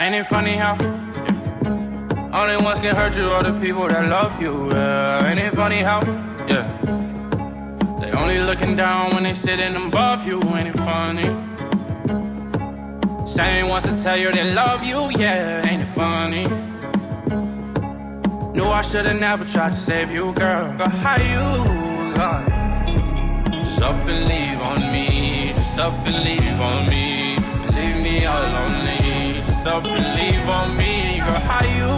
Ain't it funny how? yeah. Only ones can hurt you are the people that love you. Yeah. Ain't it funny how? Yeah. They only looking down when they sitting above you. Ain't it funny? Same ones to tell you they love you. Yeah. Ain't it funny? Knew I should've never tried to save you, girl. But how you gone? Just up and leave on me. Just up and leave on me. Leave me all lonely. Just up and leave on me. Girl, how you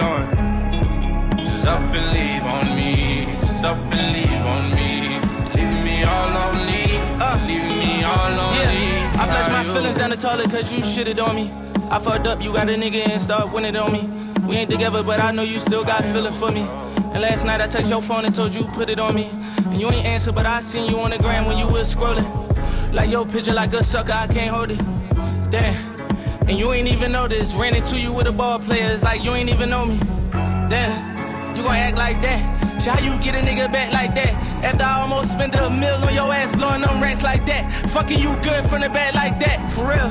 doing? Just up and leave on me. Just up and leave on me. Leave me all lonely. uh, Leave me all lonely. Yeah. I flushed my How you feelings down the toilet cause you shitted on me. I fucked up, you got a nigga and start winning on me. We ain't together, but I know you still got feelings for me. And last night I touched your phone and told you put it on me. And you ain't answer, but I seen you on the gram when you was scrolling. Like your picture, like a sucker, I can't hold it. Damn. And you ain't even noticed. Ran into you with a ball player, it's like you ain't even know me. Damn, you gon' act like that. Shit, how you get a nigga back like that? After I almost spent a meal on your ass, blowing them racks like that. Fucking you good from the back like that, for real.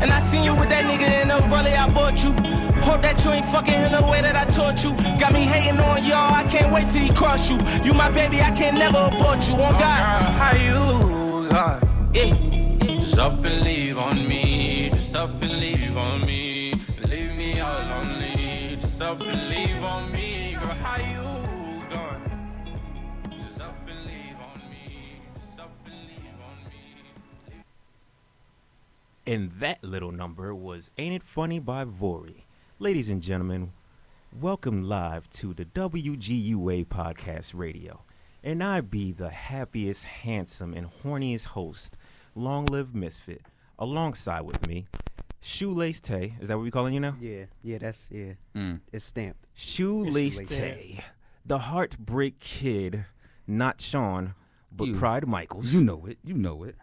And I seen you with that nigga in the rally I bought you. Hope that you ain't fucking him the way that I taught you. Got me hating on y'all, I can't wait till he cross you. You my baby, I can never abort you, on God. Girl, how you gone? Yeah. Just up and leave on me. Just up and leave on me. Leave me all lonely. Just up and leave on me. Girl, how you gone? Just up and leave on me. Just up and leave on me. And that little number was Ain't It Funny by Vori. Ladies and gentlemen, welcome live to the WGUA Podcast Radio. And I be the happiest, handsome, and horniest host, Long Live Misfit. Alongside with me, Shoelace Tay. Is that what we calling you now? Yeah, yeah, that's yeah. Mm. It's stamped. Shoelace Shoelace Tay. The Heartbreak Kid, not Sean, but You- Pride Michaels. You know it. You know it.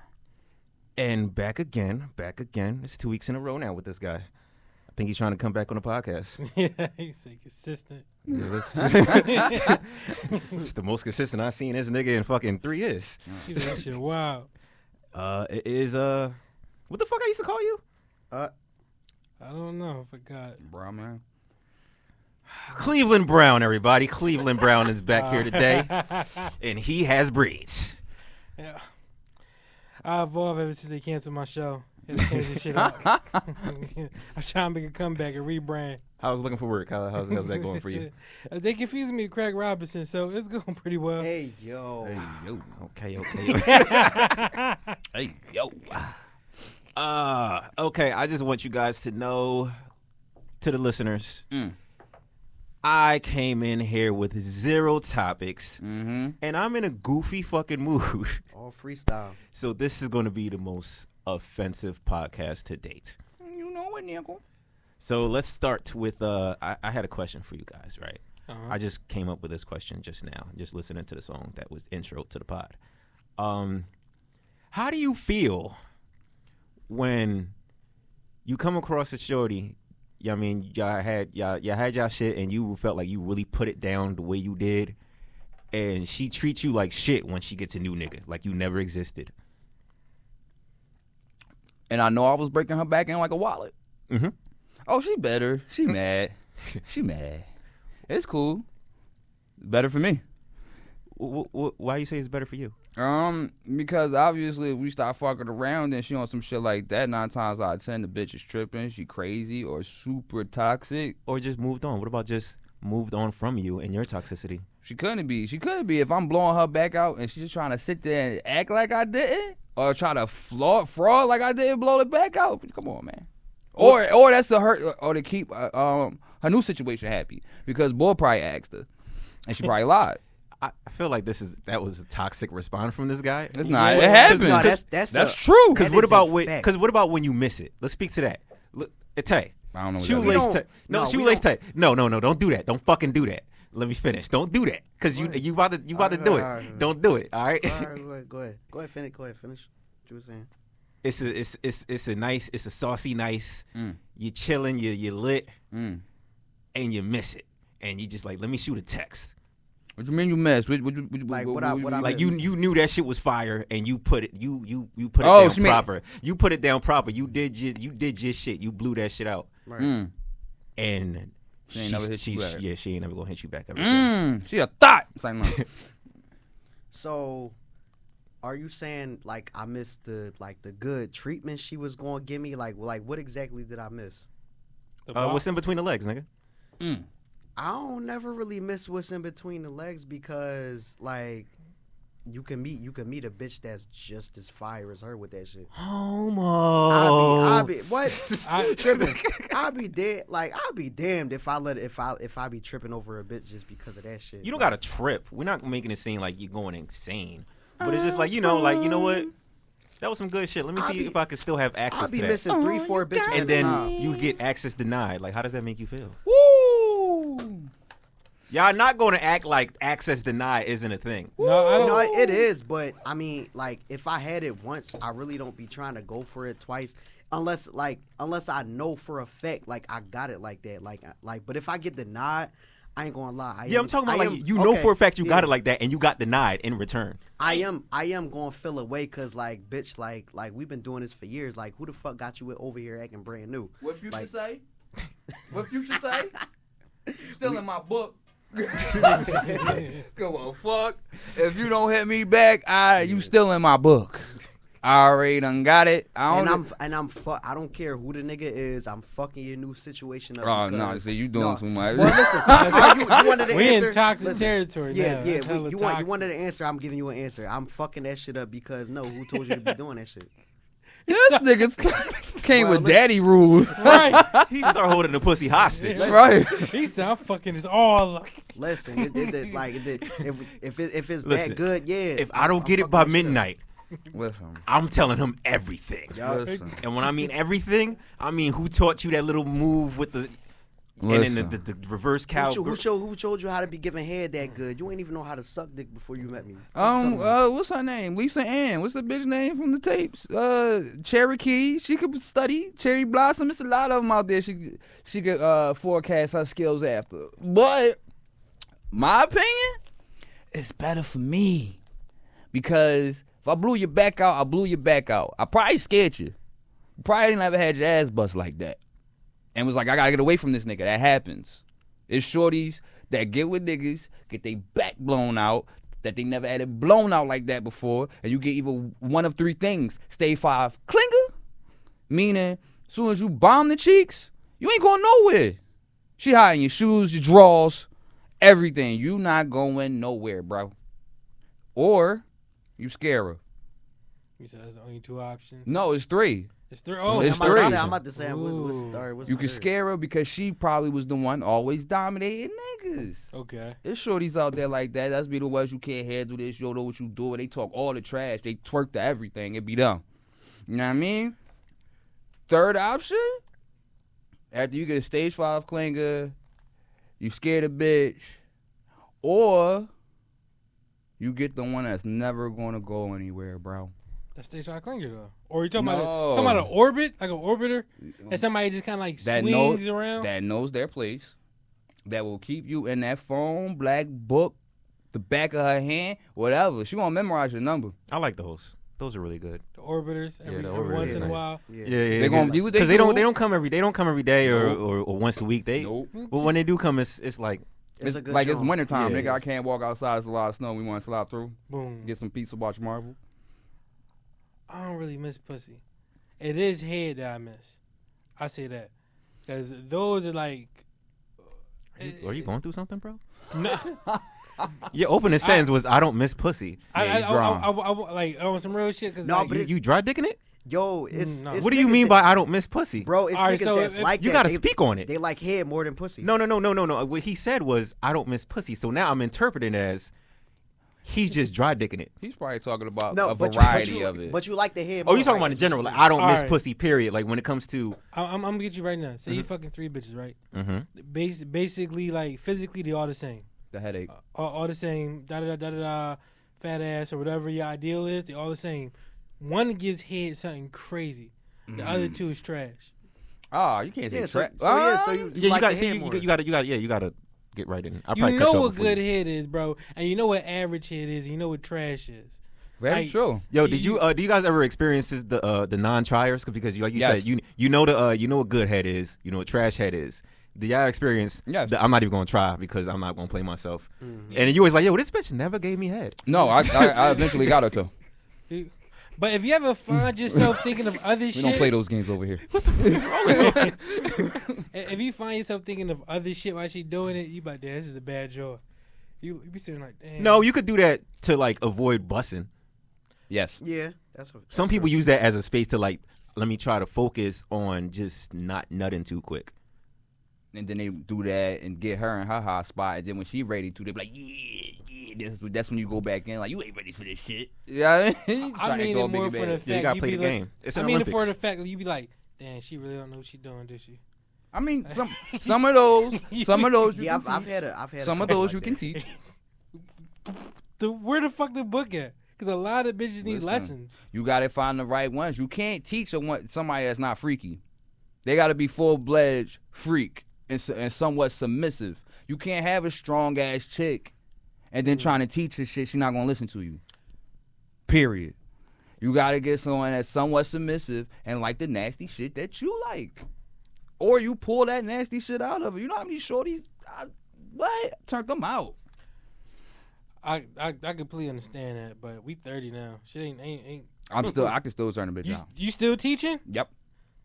And back again, back again. It's two weeks in a row now with this guy. I think he's trying to come back on the podcast. Yeah, he's like consistent. Yeah, that's- it's the most consistent I've seen this nigga in fucking three years. You know, that shit wild. Uh, it is uh, what the fuck I used to call you? Uh, I don't know. I forgot. Bro, man. Cleveland Brown, everybody. Cleveland Brown is back Uh. here today, and he has braids. Yeah. I evolved ever since they canceled my show. Had to change this shit up. I'm trying to make a comeback and rebrand. I was looking for work. How, how's, how's that going for you? they confused me with Craig Robinson, so it's going pretty well. hey yo. Hey, yo. Okay, okay. Hey, yo. uh, okay. I just want you guys to know, to the listeners, Mm. I came in here with zero topics, Mm-hmm. and I'm in a goofy fucking mood. All freestyle. So this is going to be the most offensive podcast to date. You know it, nigga. So let's start with. Uh, I, I had a question for you guys, right? Uh-huh. I just came up with this question just now, just listening to the song that was intro to the pod. Um, how do you feel when you come across a shorty? I mean, y'all had y'all, y'all had y'all shit, and you felt like you really put it down the way you did, and she treats you like shit when she gets a new nigga, like you never existed. And I know I was breaking her back in like a wallet. Mhm. Oh, she better. She mad. she mad. It's cool. Better for me. W- w- why you say it's better for you? Um, because obviously if we start fucking around and she on some shit like that, nine times out of ten the bitch is tripping, she crazy or super toxic. or just moved on? What about just moved on from you and your toxicity? She couldn't be. She could be if I'm blowing her back out and she's just trying to sit there and act like I didn't, or try to flaw, fraud like I didn't blow it back out. Come on, man. Or or that's to hurt or to keep uh, um her new situation happy because boy probably asked her, and she probably lied. I, I feel like this is that was a toxic response from this guy. It's not. Yeah. It 'Cause- happened. No, that's that's That's a- true. that Because what is about a when? fact. Because what about when you miss it? Let's speak to that. Look, uh, Tay. I don't know what that Shoelace means. Tay. No, No, we shoelace Tay. don't- No, no, no. Don't do that. Don't fucking do that. Let me finish. Don't do that. Cause you you about to you about to do it. Alright. Don't do it. All right. All right, go ahead, go ahead, go ahead, finish, go ahead, finish. What you were saying? It's a it's it's it's a nice it's a saucy nice. Mm. You chilling. You you lit Mm. and you miss it and you just like let me shoot a text. What you mean you missed? What, what, what, Like, what, what I- what I Like missed? you, you knew that shit was fire, and you put it, you, you, you put it Oh, she down mean- proper. You put it down proper. You did, your, you did your shit. You blew that shit out, Right. Mm. and She ain't never she's- hit you she's- back. Yeah, she ain't never gonna hit you back. Ever again. Mm, she a thought. It's like, no. So, are you saying like I missed the like the good treatment she was going to give me? Like, like what exactly did I miss? The Uh, box. what's in between the legs, nigga? mm. I don't never really miss what's in between the legs because like you can meet you can meet a bitch that's just as fire as her with that shit. Homo. I be, I be what I- tripping. I be dead. Like I be damned if I let if I if I be tripping over a bitch just because of that shit. You don't Like, gotta trip. We're not making it seem like you're going insane. But it's just like you know, like you know what? That was some good shit. Let me I see be- if I can still have access I be to that. missing three four bitches at And a then time. you get access denied. Like, how does that make you feel? Woo! Y'all not going to act like access denied isn't a thing. no, I don't. No, Oh. it is, but I mean, like, if I had it once, I really don't be trying to go for it twice, unless, like, unless I know for a fact, like, I got it like that, like, I- like. But if I get denied, I ain't gonna lie. I Yeah, am, I'm talking about I like am- you know okay, for a fact you got yeah. it like that, and you got denied in return. I am, I am gonna feel away, cause like, bitch, like, like we've been doing this for years. Like, who the fuck got you over here acting brand new? What Future Like- say? What Future say? You still in my book. Go on, fuck. If you don't hit me back, I you still in my book. I already done got it. I don't. And I'm and I'm fuck. I don't care who the nigga is. I'm fucking your new situation up. Oh, because- no, see, you doing too much. Well, listen, are you, you wanted to We answer. in toxic Listen, territory Yeah, now. yeah. That's we- hella you want you toxic. wanted an answer. I'm giving you an answer. I'm fucking that shit up because no, who told you to be doing that shit? this nigga came Well, with look- daddy rules. Right. He start holding the pussy hostage. right. He said, I'm fucking this all up. Listen, it, it, it, like it, it- if if it, if it's Listen, that good, yeah. If I I'm don't get it fucking by that shit up. midnight, Listen, I'm telling him everything. listen, And when I mean everything, I mean who taught you that little move with the and then listen. the, the, the reverse cow. Who, cho- gr- who, cho- who told you how to be giving head that good? You ain't even know how to suck dick before you met me. Um, uh, what's her name? Lisa Ann. What's the bitch name from the tapes? Uh, Cherokee. She could study Cherry Blossom. It's a lot of them out there. She she could uh forecast her skills after. But my opinion, it's better for me because if I blew your back out, I blew your back out. I probably scared you. Probably never had your ass bust like that, and was like, I gotta get away from this nigga. That happens. It's shorties that get with niggas, get they back blown out, that they never had it blown out like that before, and you get either one of three things. Stay five clinger, meaning soon as you bomb the cheeks, you ain't going nowhere. She hiding your shoes, your drawers, everything. You not going nowhere, bro. Or you scare her. He said, that's the only two options. No, it's three. It's three. Oh, It's I'm somebody- about, to three. say, I'm about to say, what's, what's, Ooh. all right, what's You the can third? scare her because she probably was the one always dominating niggas. Okay. There's shorties out there like that. That's be the ones you can't handle this. You don't know what you doing. They talk all the trash. They twerk to everything. It be done. You know what I mean? Third option, after you get a stage five clinger, you scared a bitch, or you get the one that's never gonna go anywhere, bro. That's stage five clinger though. Or you talking about No. a, talking about an orbit, like an orbiter, that somebody just kind of like That swings knows around. that knows their place, that will keep you in that phone, black book, the back of her hand, whatever. She gonna memorize your number. I like those. Those are really good. the orbiters every, the every orbiter once is in a nice. while. Yeah. Yeah, yeah. They gonna do what they because they don't do. they don't come every they don't come every day or, or, or once a week. They Nope. but when they do come, it's it's like It's, a good like it's job. wintertime, Yeah, nigga. it I is. can't walk outside. It's a lot of snow. We want to slide through, Boom. get some pizza, watch Marvel. I don't really miss pussy. It is head that I miss. I say that because those are like. Are you, are you going through something, bro? No, Your opening sentence was, "I don't miss pussy." I, I, I, you I, drunk. I, I- like on some real shit. Cause No, like, but You, it- you dry dicking it? Yo, it's, No. it's What do you niggas mean by that, "I don't miss pussy"? bro? It's All right, niggas so that's if- like you that. gotta They- speak on it. They like head more than pussy. No, no, no, no, no, no. What he said was, "I don't miss pussy." So now I'm interpreting it as he's just dry dicking it. He's probably talking about no, a but you- but variety you, of it. But you like the head. Oh, you more, talking right? about in general? Like, I don't miss Alright. pussy. Period. Like when it comes to I, I'm, I'm gonna get you right now. Say you fucking three bitches, right? Mhm. Bas- basically, like physically, they all the same. the headache. all, all the same. Da da da da da. Fat ass or whatever your ideal is, they all the same. One gives head something crazy. The Mm-hmm. other two is trash. Ah, you can't say Yeah, so, trap. so yeah, so Ah, you, you yeah, you like got the see, head you, more. you got you got yeah, you got to get right in. I probably You cut know y'all what before you- good hit is, bro, and you know what average hit is, and you know what trash is. Very Like, true. Yo, did You- you uh, do you guys ever experience this, the uh, the non-triers? 'Cause- Because you, like you Yes. said, you you know the uh, you know what good head is, you know what trash head is. Did y'all experience? Yes. Mm-hmm. the, I'm not even gonna try because I'm not gonna play myself. And you always like, yo, this bitch never gave me head. No, I I, I eventually got her too. But if you ever find yourself thinking of other We shit, don't play those games over here. if you find yourself thinking of other shit while she doing it, you about damn, this is a bad draw. You, you be sitting like, damn. No, you could do that to like avoid bussing. Yes. Yeah, that's what. Some people use that as a space to like, let me try to focus on just not nutting too quick. And then they do that and get her in her hot spot. And then when she ready to, they be like, yeah, yeah. That's, that's when you go back in, like, you ain't ready for this shit. Yeah, I mean, I mean it more for the fact Yeah, you gotta you play be the like- game. It's I an mean it for Olympics. the fact that you be like, damn, she really don't know what she doing, does she? I mean, some some of those, some of those, you Yeah, can I've, I've teach. had a. I've had a some of couple those like you that. can teach. The, where the fuck the book at? Because a lot of bitches need Listen. lessons. You gotta find the right ones. You can't teach a one, somebody that's not freaky. They gotta be full fledged freak and, s- and somewhat submissive. You can't have a strong ass chick and Mm. then trying to teach her shit. She's not gonna listen to you. Period. You gotta get someone that's somewhat submissive and like the nasty shit that you like, or you pull that nasty shit out of her. You know how many shorties? I, what turned them out? I, I I completely understand that, but we thirty now. Shit ain't ain't, ain't I'm still. I can still turn a bitch you, out. you still teaching? Yep.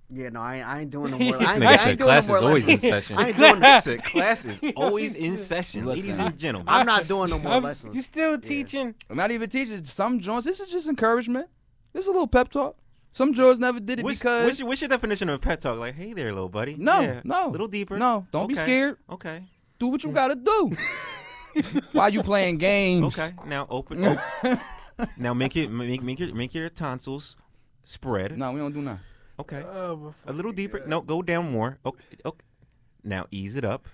Yeah, no, I, ain't- I ain't doing no more. I This ain't, nigga I ain't said doing no class more is always in lessons. session. I ain't doing this. said class is always in session, ladies and gentlemen. I'm not doing no more I'm- You lessons. still teaching? I'm not even teaching some joints. This is just encouragement. This is a little pep talk. Some joints never did it What's, because what's, your, what's your definition of pet talk? Like, hey there, little buddy. no, Yeah, no, a little deeper. No, don't be Okay, scared. Okay, Do Mm. what you gotta do. While you playing games, okay. Now open. op- now make it make make your make your tonsils spread. No, we don't do nothing. Okay, Oh, a little deeper. No, go down more. Okay, okay. Now ease it up.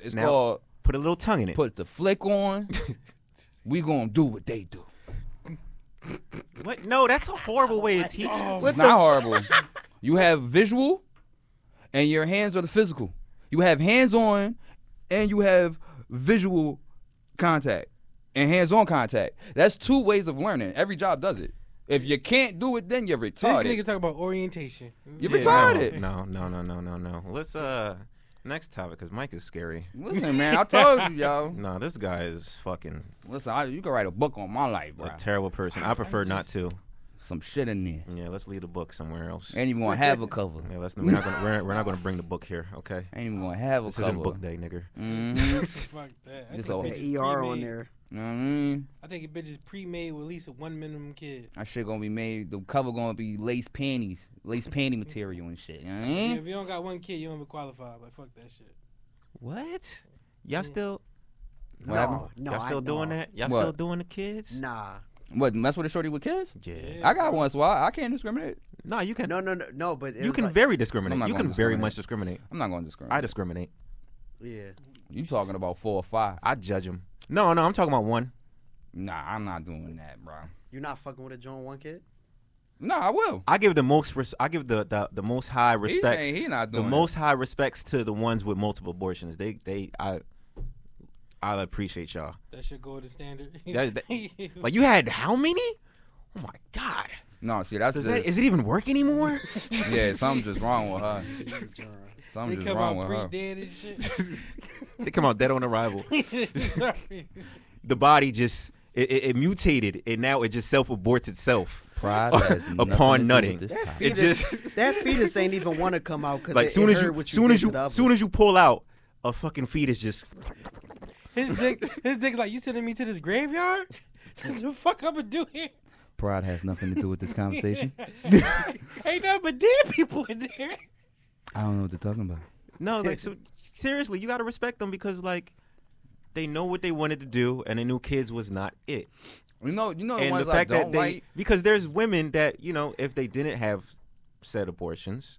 It's Now- called Put a little tongue in it. put the flick on. we gonna do what they do. what? No, that's a horrible way to teach. it's not horrible. you have visual, and your hands are the physical. You have hands on, and you have visual contact and hands on contact. That's two ways of learning. Every job does it. If you can't do it, then you're this retarded. nigga talk about orientation. you're Yeah, retarded. No, no, no, no, no, no. Let's uh, next topic because Mike is scary. Listen, man, I told you, y'all. No, this guy is fucking Listen, I, you can write a book on my life, bro. a terrible person. I prefer not to. Some shit in there. Yeah, let's leave the book somewhere else. Ain't even gonna have a cover. Yeah, let's we're not gonna we're, we're not gonna bring the book here. Okay, Ain't even gonna have a this cover. isn't book day, nigga. Mm. Fuck that. I It's take all- bitches The ER on pre-made. there. You know what I mean? I think a bitch is pre-made with at least one minimum kid. That shit gonna be made. The cover gonna be lace panties, lace panty material and shit. You know what I mean? If you don't got one kid, you don't even qualify. Like fuck that shit. What? Y'all still What happened? No, no, y'all I- still doing no. that? Y'all What? still doing the kids? Nah, What mess with a shorty with kids? Yeah. I got one, so I, I can't discriminate. No, you can. no, no, no, no. But it you was can like, very I'm discriminate. not You gonna can very much discriminate. I'm not gonna discriminate. I discriminate. yeah. you talking about four or five? I judge them. No, no, I'm talking about one. Nah, I'm not doing that, bro. You're not fucking with a John one kid. No, I will. I give the most. Res- I give the, the the most high He respects. saying he not the doing most high respects to the ones with multiple abortions. They they I I appreciate y'all. That shit golden standard. That- that- like you had how many? Oh my god. It. No, see that's Does just, that is it even work anymore? yeah. Something's just wrong with her. they Something's just come wrong out with her. pre-dead and they come out dead on arrival. shit. The body just it, it, it mutated and now it just self aborts itself. Pride has nothing to do upon with nutting. this That topic. It fetus, just- that fetus ain't even want to come out because Like it, soon it as heard you what soon did as to you the other. soon as you pull out a fucking fetus just his dick, his dick's like you sending me to this graveyard. What the fuck I'ma do here? Pride has nothing to do with this conversation. Ain't nothing but dead people in there. I don't know what they're talking about. No, like so, seriously, you gotta respect them because like they know what they wanted to do and they knew kids was not it. You know, you know the and ones the fact I don't that they like. because there's women that you know if they didn't have said abortions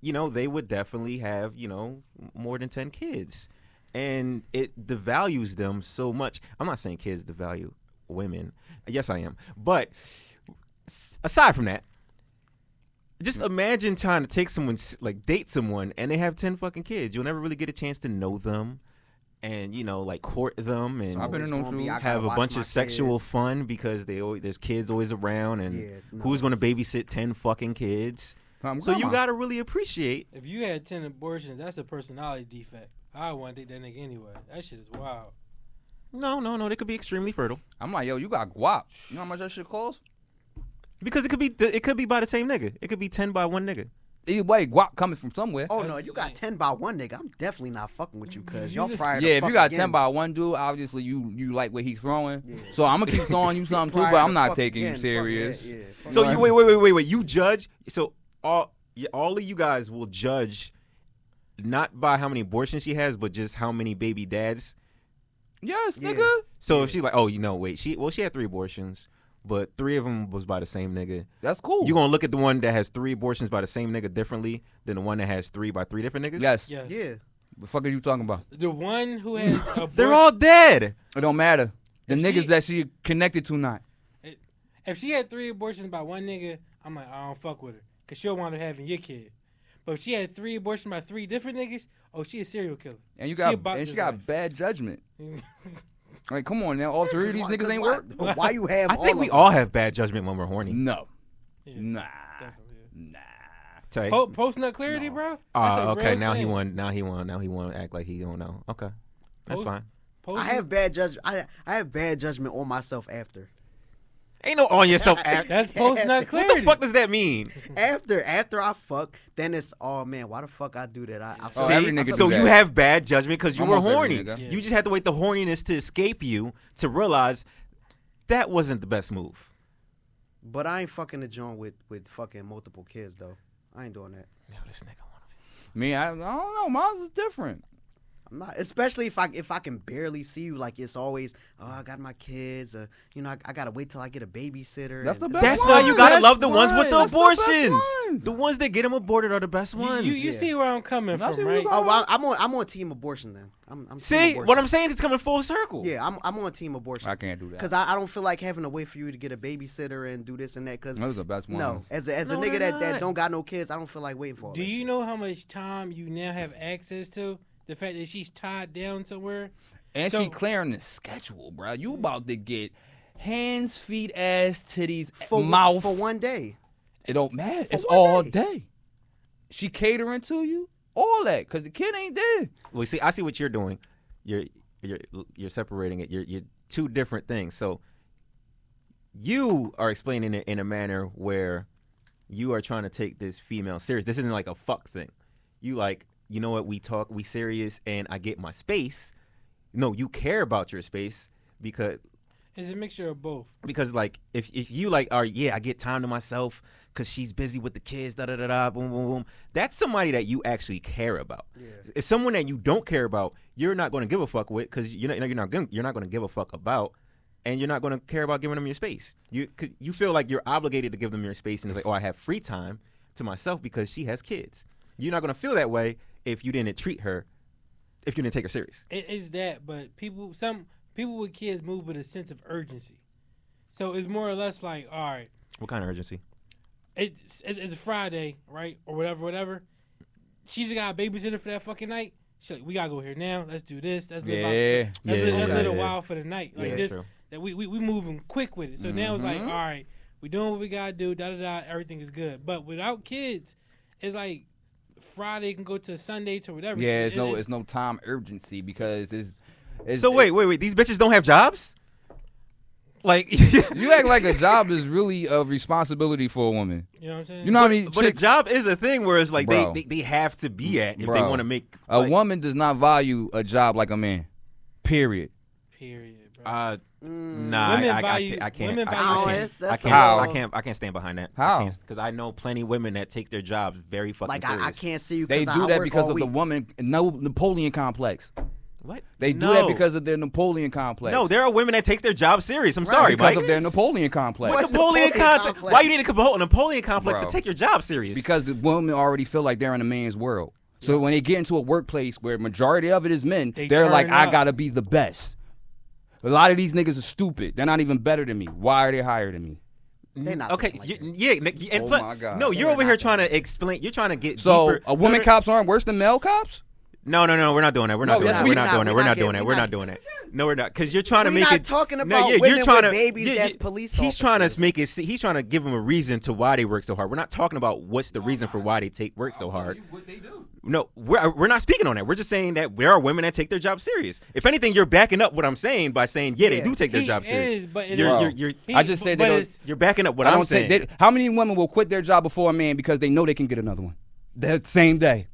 you know they would definitely have you know more than 10 kids and it devalues them so much i'm not saying kids devalue women yes i am but s- aside from that just imagine trying to take someone like date someone and they have 10 fucking kids you'll never really get a chance to know them and you know like court them and I've been in them gonna be, shoes. I gotta have a watch bunch my of sexual kids. fun because they always, there's kids always around and Yeah, no. who's going to babysit 10 fucking kids Um, so you grandma. got to really appreciate If you had ten abortions, that's a personality defect. I want to date that nigga anyway. That shit is wild. no no no they could be extremely fertile I'm like, yo, you got guap. You know how much that shit costs? because it could be th- it could be by the same nigga it could be 10 by one nigga Either way, guap coming from somewhere. Oh no, you got ten by one nigga. I'm definitely not fucking with you, cause y'all prior. to yeah, if fuck you got again. ten by one dude, obviously you you like what he's throwing. So I'm gonna keep throwing you something too, prior but to I'm not fuck taking again, you fuck serious. that, yeah, fuck so that. you wait wait wait wait wait you judge so all y- all of you guys will judge not by how many abortions she has but just how many baby dads Yes, Yeah. nigga. so if she's like oh you know wait she well she had three abortions but three of them was by the same nigga That's cool. You gonna look at the one that has three abortions by the same nigga differently than the one that has three by three different niggas? yes. Yeah. Yeah, The fuck are you talking about? The one who has abortion. They're all dead. It don't matter. The If niggas she- that she connected to not. If she had three abortions by one nigga, I'm like, I don't fuck with her. Because she'll wind up having your kid. But if she had three abortions by three different niggas, oh, she a serial killer. And you She got about and she this got life. bad judgment. Like, come on now, all three of these Why- niggas ain't why, work. Why you have? I think all we of all have bad judgment when we're horny. No. Yeah, Nah. definitely, yeah. Nah. Tay. Po- Post nut clarity, bro? That's Ah, a okay. real Now he thing. won. Now he won. Now he want to act like he don't know. Okay, that's Post- fine. Post- I have bad judgment. I I have bad judgment on myself after. Ain't no on yourself. act. That's post nut what clarity. the fuck does that mean? Mm. After after I fuck, then it's oh man, why the fuck I do that? I, I Oh, fuck- every nigga so do you that. have bad judgment because you Almost were every horny. nigga. Yeah. You just had to wait the horniness to escape you to realize that wasn't the best move. but I ain't fucking the joint with with fucking multiple kids though. I ain't doing that. Now this nigga want to. Me, I, I don't know. Mine's is different. I'm not, especially if I if I can barely see you. Like it's always, oh, I got my kids. Uh, you know, I, I gotta wait till I get a babysitter. That's and- the best That's one. why you gotta That's love the ones with the one. That's best abortions. one. The ones that get them aborted are the best You, ones. you, you see where I'm coming I see from, where you right? got- Oh, well, I'm on. I'm on team abortion then. I'm, I'm team See abortion. what I'm saying? It's coming full circle. Yeah, I'm, I'm on team abortion. I can't do that. Cause I, I don't feel like having to wait for you to get a babysitter and do this and that. Cause Those are the best ones. no, as a, as a No, nigga they're that, not. that don't got no kids, I don't feel like waiting for. All Do that you shit. know how much time you now have access to? The fact that she's tied down somewhere? And So- she clearing the schedule, bro. You about to get hands, feet, ass, titties, for mouth. for one day? it don't matter. It's one all day. day. She catering to you, all that, cause the kid ain't there. Well, see, I see what you're doing. You're you're you're separating it. You're you're two different things. So you are explaining it in a manner where you are trying to take this female serious. This isn't like a fuck thing. You like, you know what? We talk, we serious, and I get my space. No, you care about your space because It's a mixture of both. because like if, if you like are yeah I get time to myself because she's busy with the kids da da da da boom boom boom that's somebody that you actually care about. If someone that you don't care about, you're not going to give a fuck with because you're not you're not gonna, you're not going to give a fuck about, and you're not going to care about giving them your space. You cause you feel like you're obligated to give them your space and it's like oh I have free time to myself because she has kids. You're not going to feel that way if you didn't treat her, if you didn't take her serious. It is that, but people, some people with kids move with a sense of urgency. So it's more or less like, all right, What kind of urgency? it's, it's, it's Friday, right, or whatever, whatever. She just got a babysitter for that fucking night. She's like, we gotta go here now. Let's do this. Let's live out. Yeah. Let's, live, let's Yeah. live a while for the night. Like Yeah, this, true. that we, we we moving quick with it. So now it's like, Mm-hmm. all right, we doing what we gotta do. Da da da. Everything is good. But without kids, it's like Friday can go to Sunday to whatever. Yeah, it's It- no, it- it's no time urgency because it's. it's So wait wait wait these bitches don't have jobs. Like you act like a job is really a responsibility for a woman. you know what I'm saying. You know how many But chicks? a job is a thing where it's like they, Bro. they they have to be at if they Bro. want to make a like, woman does not value a job like a man. Period. Period. Bro. Uh, nah, Women I, I, value- I can't. women I, value I, Oh, can't, Mm. it's- I, that's can't a- I can't. I can't stand behind that. How? Because I, know plenty of women that take their jobs very fucking Like serious. I, I can't see you. 'cause They I- do I that work because all of the week. woman no Napoleon complex. What They do no. that because of their Napoleon complex. no, there are women that takes their job serious. I'm sorry, Mike. because of their Napoleon complex. What? Napoleon, Napoleon complex. complex. Why you need a Capo- Napoleon complex Bro. to take your job serious? Because the women already feel like they're in a man's world. So when they get into a workplace where majority of it is men, They they are like, turn I up. gotta be the best. A lot of these niggas are stupid. They're not even better than me. Why are they higher than me? They're not okay, thinking y- like that. yeah, Nick, y- and Oh plus- my God. no, you're They're over here not trying to explain. You're trying to get So deeper. a woman No, no, cops aren't worse than male cops? No, no, no, we're not doing that. We're not No, doing yes, that. we We're not not. doing that. We We're not not doing getting- that. we We're not not doing that. No, we're not. Because you're trying to We make not it. talking No, about yeah, women you're trying with to, babies yeah, that's yeah. police He's trying officers. to make it. See, he's trying to give them a reason to why they work so hard. We're not talking about what's the reason for why they take work so hard. What they do? No, we're uh, we're not speaking on that. We're just saying that there are women that take their job serious. If anything, you're backing up what I'm saying by saying, yeah, Yeah. they do take their He job serious. is, but it's- you're, Wow. you're, you're, He- I just said they but don't- it's- you're backing up what I I'm don't saying. think they, how many women will quit their job before a man because they know they can get another one that same day.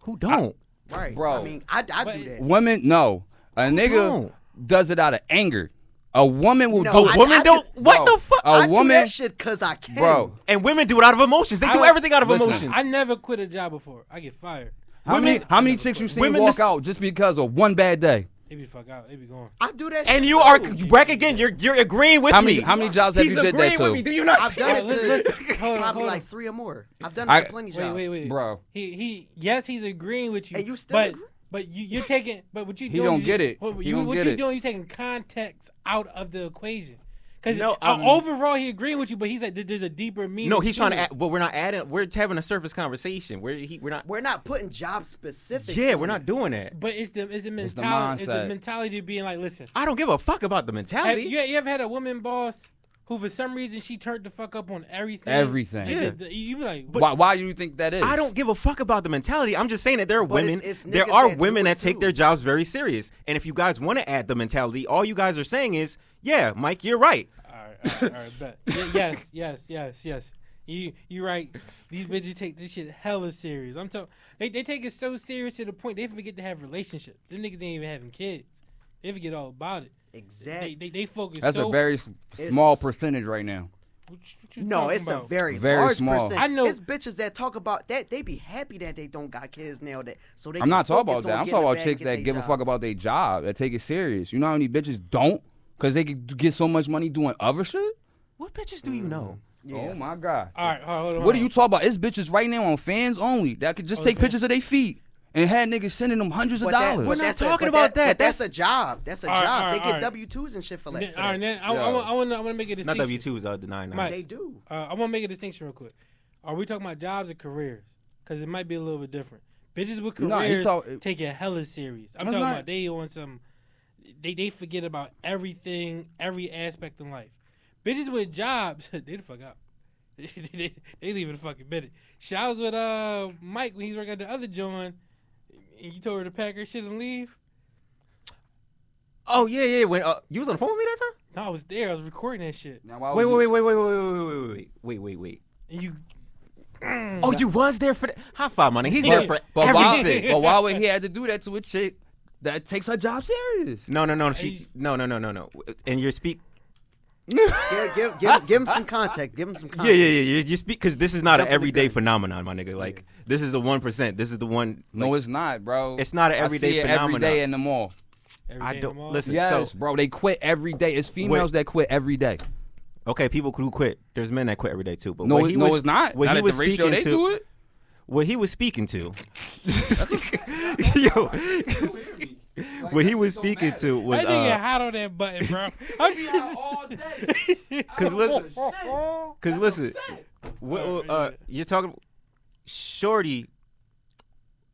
Who don't? Right. Bro. I mean, I, I do But- that. Women, no. A nigga does it out of anger. A woman will No, do I- it. Women I don't. just- what Bro, the fuck? a I do woman- that shit because I can. Bro, and women do it out of emotions. They do I- everything out of listen, emotions. I never quit a job before. I get fired. how Women- many how many chicks you seen Women walk dis- out just because of one bad day? They be fuck out. They be gone. I do that. and shit you too. are back again. You're you're agreeing with How me. many how many jobs have He's you did agreeing that with to? me. Do you not? I've see done that? Listen, it to listen, hold on, probably hold like on. three or more. I've done it I- to plenty of Wait, jobs. wait, wait, Bro. He he. Yes, he's agreeing with you. And you still but agree? but you, you're taking. But what you doing? don't is get you- it. What He you don't what get you it. doing? You taking context out of the equation. Because No, I'm- overall he agreeing with you, but he's like there- there's a deeper meaning. No, he's trying to. it. Add, but we're not adding. We're having a surface conversation. We're he, we're not. We're not putting job specifics. Yeah, on we're it. not doing that. But it's the it's the the mentality. It's the, mindset. mentality of being like, listen. I don't give a fuck about the Have, mentality. you, you ever had a woman boss who for some reason she turned the fuck up on everything? Everything. Like, Yeah. the- the- you be like, why why do you think that is? I don't give a fuck about the mentality. I'm just saying that there are But women. it's- it's there niggas are that do women it that take too. their jobs very serious. And if you guys want to add the mentality, all you guys are saying is, "Yeah, Mike, you're right." All right, all right, all right, bet. Y- yes, yes, yes, yes. You you right. These bitches take this shit hella serious. I'm talking. They they take it so serious to the point they forget to have relationships. Them niggas ain't even having kids. They forget all about it. They Exactly. they, they focus. That's so, a very s- It's- small percentage right now. What you- what you No, talking it's a about? very, Very large small. percent. I know- it's bitches that talk about that. They be happy that they don't got kids now. That so they. I'm can not talking focus about that. on I'm getting talking about back chicks at they that give a job. fuck about their job, that take it serious. You know how many bitches don't? Because they could get so much money doing other shit? What bitches do you know? Oh my God. All right, hold on, hold on. What are you talking about? It's bitches right now on fans only that could just Oh, take Okay. pictures of their feet and had niggas sending them hundreds of But that- dollars. but We're not that's a- talking but about that. but That's, That's- a job. That's a All right, job. all they right, get all right. W twos and shit for, like, Then- for all right, that. then I, I, Yo. want- I want to I want to make a Not distinction. W twos. Uh, denying. Mike. They do. Uh, I want to make a distinction real quick. Are we talking about jobs or careers? Because it might be a little bit different. Bitches with No, he careers talk- take it hella serious. I'm I'm talking not- about they on some. They they forget about everything, every aspect in life. Bitches with jobs, they the fuck up. they, they, they leave in a fucking minute. Shit, I was with uh Mike when he was working at the other joint, and you told her to pack her shit and leave. Oh yeah, yeah. When uh, you was on the phone with me that time? No, I was there. I was recording that shit, Now, why would Wait, you- wait, wait, wait, wait, wait, wait, wait, wait, wait, wait, wait. and you Oh, you was there for that. High five, money. He's there But, for but why, everything. but why would he have to do that to a chick that takes her job serious? No, no, no. you- She. No, no, no, no, no. And you're speak. Yeah, give, give, give them some contact. Give them some Yeah, contact. yeah, yeah. You, you speak because this is not an Jump in the everyday gun. phenomenon, my nigga. Like this is the one percent. This is the one. No, it's not, bro. It's not an everyday I see it phenomenon. Every day in the mall. every I day don't I'm off. listen. Yes, So bro. They quit every day. It's females that quit every day. okay, people who quit. There's men that quit every day too. But No, what it- he no, was, it's not. What Not he at was the ratio speaking they to. do it. What he was speaking to. Yo. what he was speaking to was That nigga uh, hot on that button, bro. I'm just Cause listen, Oh, cause listen, what, what, uh, you're talking, Shorty.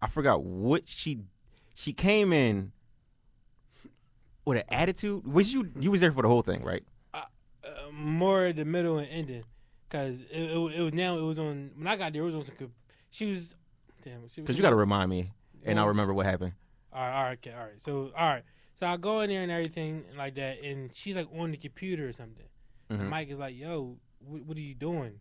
I forgot what she, she came in with an attitude. Was you you was there for the whole thing, right? uh, more the middle and ending, cause it, it, it was now it was on when I got there it was on some. co- She was, damn. She was, Cause you gotta remind me, and I'll remember what happened. All right, all right, okay, all right. So, all right. So I go in there and everything like that, and she's like on the computer or something. And Mm-hmm. Mike is like, "Yo, what, what are you doing?"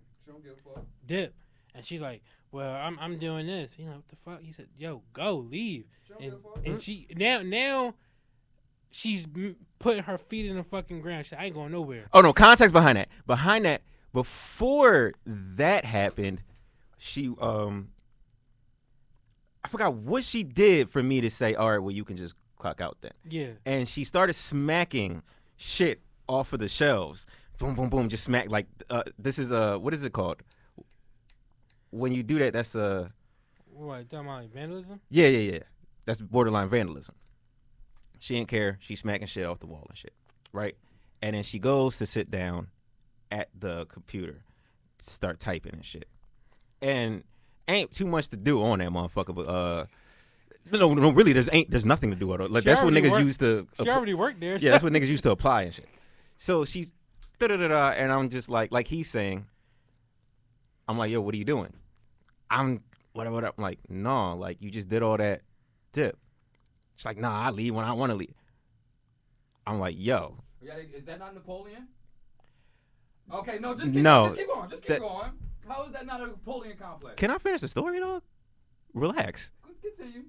Dip, and she's like, "Well, I'm I'm doing this." You know what the fuck? He said, "Yo, go leave." And, and she now now she's m- putting her feet in the fucking ground. She said, "I ain't going nowhere." Oh no, context behind that. Behind that, before that happened, she um I forgot what she did for me to say, all right, well you can just clock out then. Yeah. And she started smacking shit off of the shelves. Boom, boom, boom, just smack like uh this is uh what is it called? When you do that, that's uh What talking about like, vandalism? yeah, yeah, yeah. That's borderline vandalism. She didn't care. She's smacking shit off the wall and shit, right? And then she goes to sit down at the computer, start typing and shit. And ain't too much to do on that motherfucker, but uh, No, no, really. There's ain't. There's nothing to do at all. Like She that's what already niggas worked- use to. She already worked there. yeah, that's what niggas used to apply and shit. So she's da da da da, and I'm just like, like he's saying, I'm like, yo, what are you doing? I'm whatever. whatever. I'm like, no, like you just did all that dip. She's like, nah, I leave when I want to leave. I'm like, yo, Is that not Napoleon? Okay, no, just keep- No, just keep going. Just keep that- going. How is that not a Napoleon complex? can I finish the story, dog? Relax, Continue.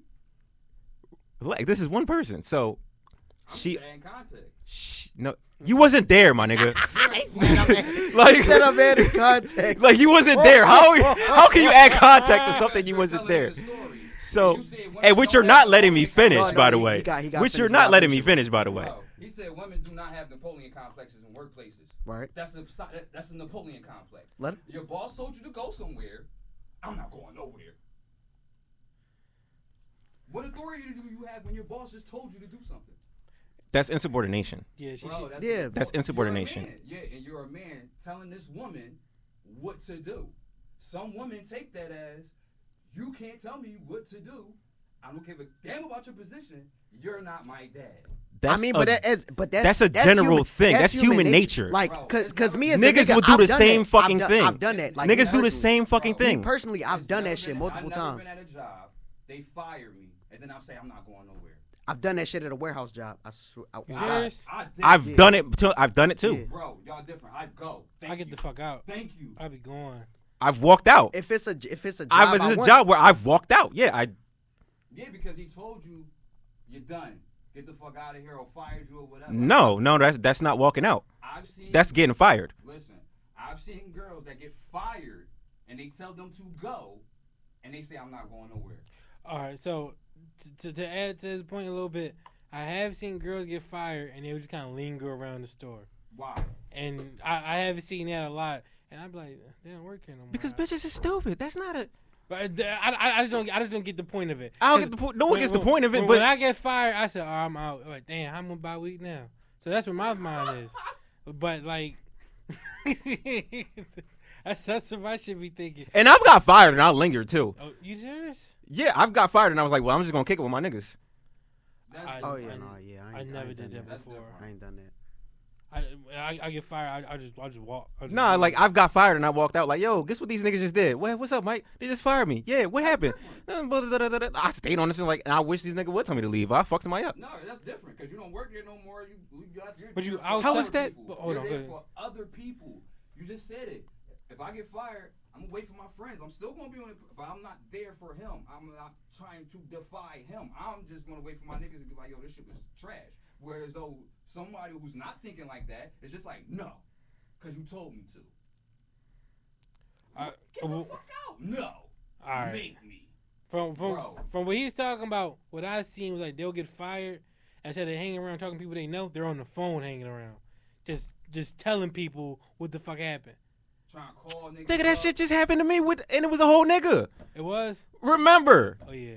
relax. This is one person, so she, context. she no, you wasn't there, my nigga. like, Set up man in context. Like you wasn't there. How how can you add context to something you wasn't there? So, and which you're not letting me No, finish, no, by the he- way. he got- he got Which you're finished. not letting me finish, by the way. He said women do not have Napoleon complexes in workplaces. Right. That's a si- that- that's a Napoleon complex. Let him- Your boss told you to go somewhere. I'm not going nowhere. What authority do you have when your boss just told you to do something? That's insubordination. Yeah, she, Bro, she, that's Yeah, That's insubordination. You're a man. Yeah, and you're a man telling this woman what to do. Some women take that as you can't tell me what to do. I don't give a damn about your position. You're not my dad. That's I mean, a- but that is, but that's that's a general human- thing. That's human nature. Bro, Like, cause, it's 'cause not- me as a niggas nigga, will do I've the done same that. fucking I've done, thing. I've done that. Like niggas do the personally. same fucking Me thing. Personally, I've It's done never that shit been- multiple I've never times. Been at a job, they fire me, and then I say I'm not going nowhere. I've done that shit at a warehouse job. I swear. I, You I- serious? I did- I've Yeah. done it. To, I've done it too. Yeah. bro, y'all different. I go. Thank I get you. the fuck out. Thank you. I be going. I've walked out. if it's a j- if it's a job, I was I it's a want- job where I've walked out. Yeah, I Yeah, because he told you you're done. Get the fuck out of here or fire you or whatever. no, no, that's that's not walking out. I've seen That's getting fired. listen, I've seen girls that get fired and they tell them to go and they say I'm not going nowhere. All right, so t- to, to add to his point a little bit, I have seen girls get fired and they would just kind of linger around the store, Why? and I, I haven't seen that a lot. And I'd be like, they don't work here no more. Because bitches is stupid. That's not a. But th- I, I, I just don't I just don't get the point of it. I don't 'Cause get the point- no one when- gets the when- point of it, When, but- when I get fired, I said, "Oh, I'm out." I'm like, damn, I'm on bye week now. So that's where my mind is. But like, that's that's what I should be thinking. And I've got fired and I lingered too. Oh, you serious? Yeah, I've got fired and I was like, well, I'm just gonna kick it with my niggas. That's I- Oh yeah, I- no, yeah. I, ain't, I never ain't done did that That's before. different. I ain't done that. I, I, I get fired. I, I just I just walk. I just Nah, leave. like I've got fired and I walked out like, yo, guess what these niggas just did? What, what's up, Mike? They just fired me. Yeah, what happened? Uh, blah, blah, blah, blah, blah. I stayed on this and like, and I wish these niggas would tell me to leave. I fucked somebody up. no, that's different because you don't work there no more. You, you got, you're, But you you're for outside- How other is that- people. but hold you're on, there wait. for other people. You just said it. If I get fired, I'm gonna wait for my friends. I'm still gonna be on it, but I'm not there for him. I'm not trying to defy him. I'm just gonna wait for my niggas and be like, yo, this shit was trash. Whereas though somebody who's not thinking like that is just like, no, because you told me to. I, Get the well, fuck out. No. all right. Make me. From from Bro. from what he's talking about, what I seen was like they'll get fired. Instead of hanging around talking to people they know, they're on the phone hanging around, just just telling people what the fuck happened. Trying to call niggas. Nigga, that up. shit just happened to me with, and it was a whole nigga. It was. Remember, Oh yeah,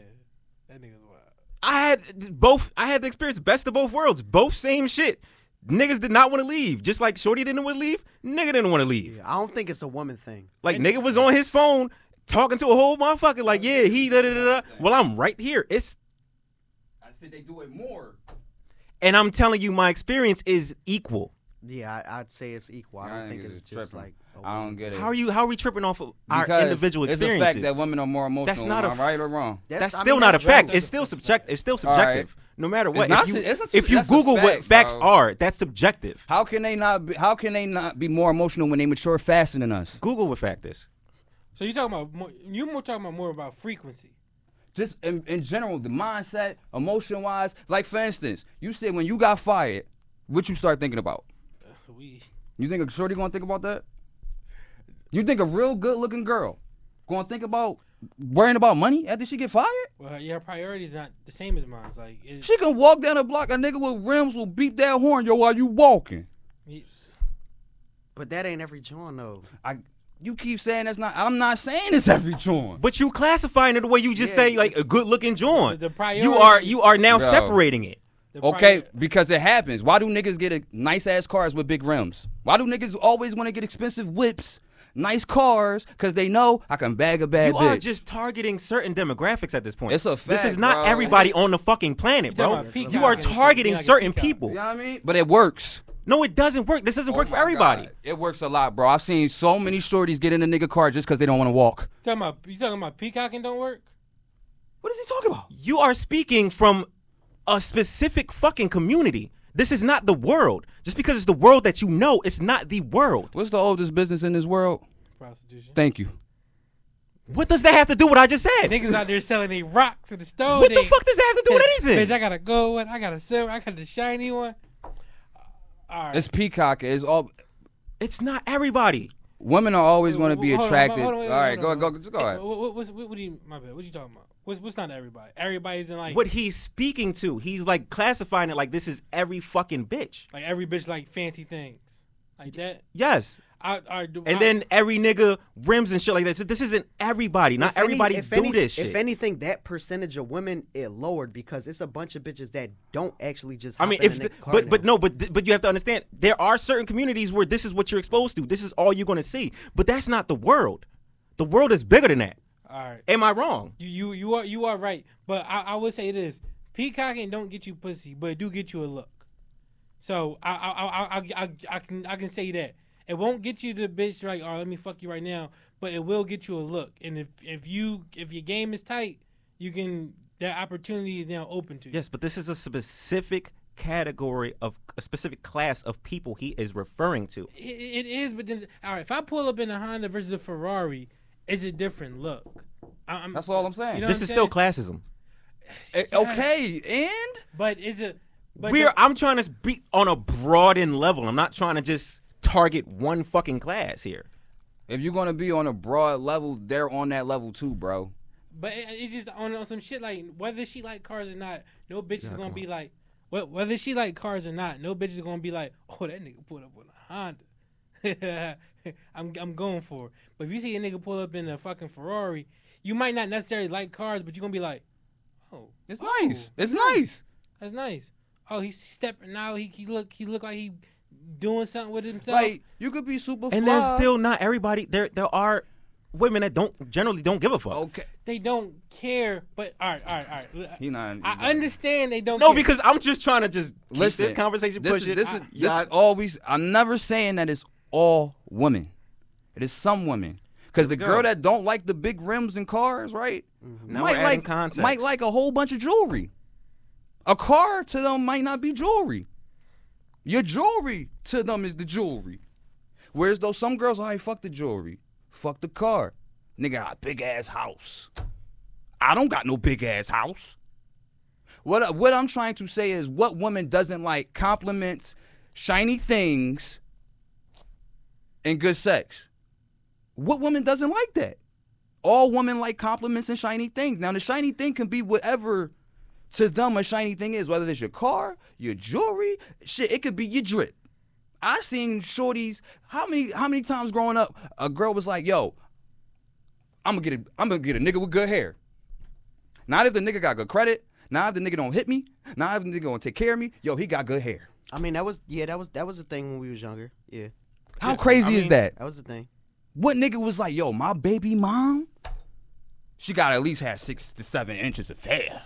that nigga's wild. I had both. I had the experience, best of both worlds, both same shit. Niggas did not want to leave, just like Shorty didn't want to leave. Nigga didn't want to leave. Yeah, I don't think it's a woman thing. Like nigga was on his phone talking to a whole motherfucker. Like yeah, he da da da. da. Well, I'm right here. It's I said they do it more. and I'm telling you, my experience is equal. Yeah, I, I'd say it's equal. I don't think, it's, just like. a I woman. don't get it. How are you? How are we tripping off of our Because individual experiences? It's a fact that women are more emotional. That's not am a- I right or wrong. that's, I mean, still not a that's fact. relative. It's still subjective. It's still All right. subjective. No matter what, not if you, su- it's a- if you that's a Google what fact, facts bro. are, that's subjective. How can they not? Be, how can they not be more emotional when they mature faster than us? Google what fact is. So you talking about more, you more talking about more about frequency. Just in, in general, the mindset, emotion wise. Like for instance, you said when you got fired, what you start thinking about? We You think a shorty gonna think about that? You think a real good looking girl gonna think about worrying about money after she get fired? well, your priorities not the same as mine's. Like it, She can walk down the block, a nigga with rims will beep that horn, yo, while you walking. me- But that ain't every John though. I you keep saying that's not I'm not saying it's every joint. But you classifying it the way you just Yeah, say like it's- a good looking John. The- the you are priorities- you are now Bro. separating it. the Okay, prior- because it happens. Why do niggas get a nice ass cars with big rims? Why do niggas always want to get expensive whips nice cars because they know I can bag a bad You are bitch. just targeting certain demographics at this point. It's a This fact, is not bro. everybody on the fucking planet, talking bro. about peacock You are and shit. targeting Yeah, I get certain peacock. people. you know what I mean? But it works. No, it doesn't work. This doesn't work Oh for my everybody. God. It works a lot, bro. I've seen so many shorties get in a nigga car just because they don't want to walk. Talking about you talking about peacocking don't work. What is he talking about? You are speaking from a specific fucking community. This is not the world. Just because it's the world that you know, it's not the world. What's the oldest business in this world? Prostitution. Thank you. What does that have to do with what I just said? Niggas out there selling they rocks at the store. what the they- fuck does that have to do with anything? Bitch, I got a gold one. I got a silver. I got the shiny one. All right. It's peacock. It's all It's not everybody. women are always going to be Hold on, hold on, attracted. hold on, all wait, right, hold on, hold go go on. just go ahead. What, what, what's- what, what do you? My bad. What you talking about? What's, what's not everybody? Everybody's in like What he's speaking to, he's like classifying it like this is every fucking bitch. like every bitch like fancy things like that. Yes. I, I, do- And I- then every nigga rims and shit like that. So this isn't everybody. Not If any- everybody if do any- this shit. If anything, that percentage of women it lowered because it's a bunch of bitches that don't actually just. I hop mean, in if a the, nigga car but but now. no, but th- but you have to understand there are certain communities where this is what you're exposed to. This is all you're going to see. But that's not the world. The world is bigger than that. all right. Am I wrong? You you you are you are right, but I, I would say this: peacocking don't get you pussy, but it do get you a look. So I I I I, I, I can I can say that it won't get you the bitch like, oh, let me fuck you right now, but it will get you a look. And if if you if your game is tight, you can that opportunity is now open to you. Yes, but this is a specific category of a specific class of people he is referring to. It, it is, but then all right. If I pull up in a Honda versus a Ferrari, it's a different look. I- I'm, That's all I'm saying. You know This what is I'm still saying? classism. Eh, Okay, and But is it? But We're the- I'm trying to be on a broadened level. I'm not trying to just target one fucking class here. if you're going to be on a broad level, they're on that level too, bro. But it, it's just on, on some shit like whether she like cars or not, no bitch is gonna be like, wh- whether she like cars or not, no bitch is gonna be like, oh that nigga pulled up on a Honda. I'm I'm going for it. But if you see a nigga pull up in a fucking Ferrari, you might not necessarily like cars, but you're gonna be like, oh, It's oh, nice. It's nice. That's nice. Oh, he's stepping out. He he look he look like he doing something with himself. Like you could be super And fly. there's still not everybody. There there are women that don't generally don't give a fuck. okay. they don't care. But all right, all right, all right. He not. he I done. understand they don't. No, care. because I'm just trying to just keep Listen, this conversation This pushing. is this is, I- this y'all- is always. I'm never saying that it's all women. It is some women. Cause the girl that don't like the big rims and cars, right? Now we're Might adding like context. might like a whole bunch of jewelry. A car to them might not be jewelry. Your jewelry to them is the jewelry. Whereas though some girls, all right, fuck the jewelry, fuck the car. Nigga, got a big ass house. I don't got no big ass house. What what I'm trying to say is what woman doesn't like compliments, shiny things, and good sex. What woman doesn't like that? All women like compliments and shiny things. Now the shiny thing can be whatever to them a shiny thing is, whether it's your car, your jewelry, shit, it could be your drip. I seen shorties. How many how many times growing up, a girl was like, "Yo, I'm gonna get a I'm gonna get a nigga with good hair." Not if the nigga got good credit. Not if the nigga don't hit me. Not if the nigga gonna take care of me. Yo, he got good hair. I mean that was yeah that was that was a thing when we was younger. Yeah, How crazy is that? that was the thing. What nigga was like, "Yo, my baby mom, she got at least had six to seven inches of hair."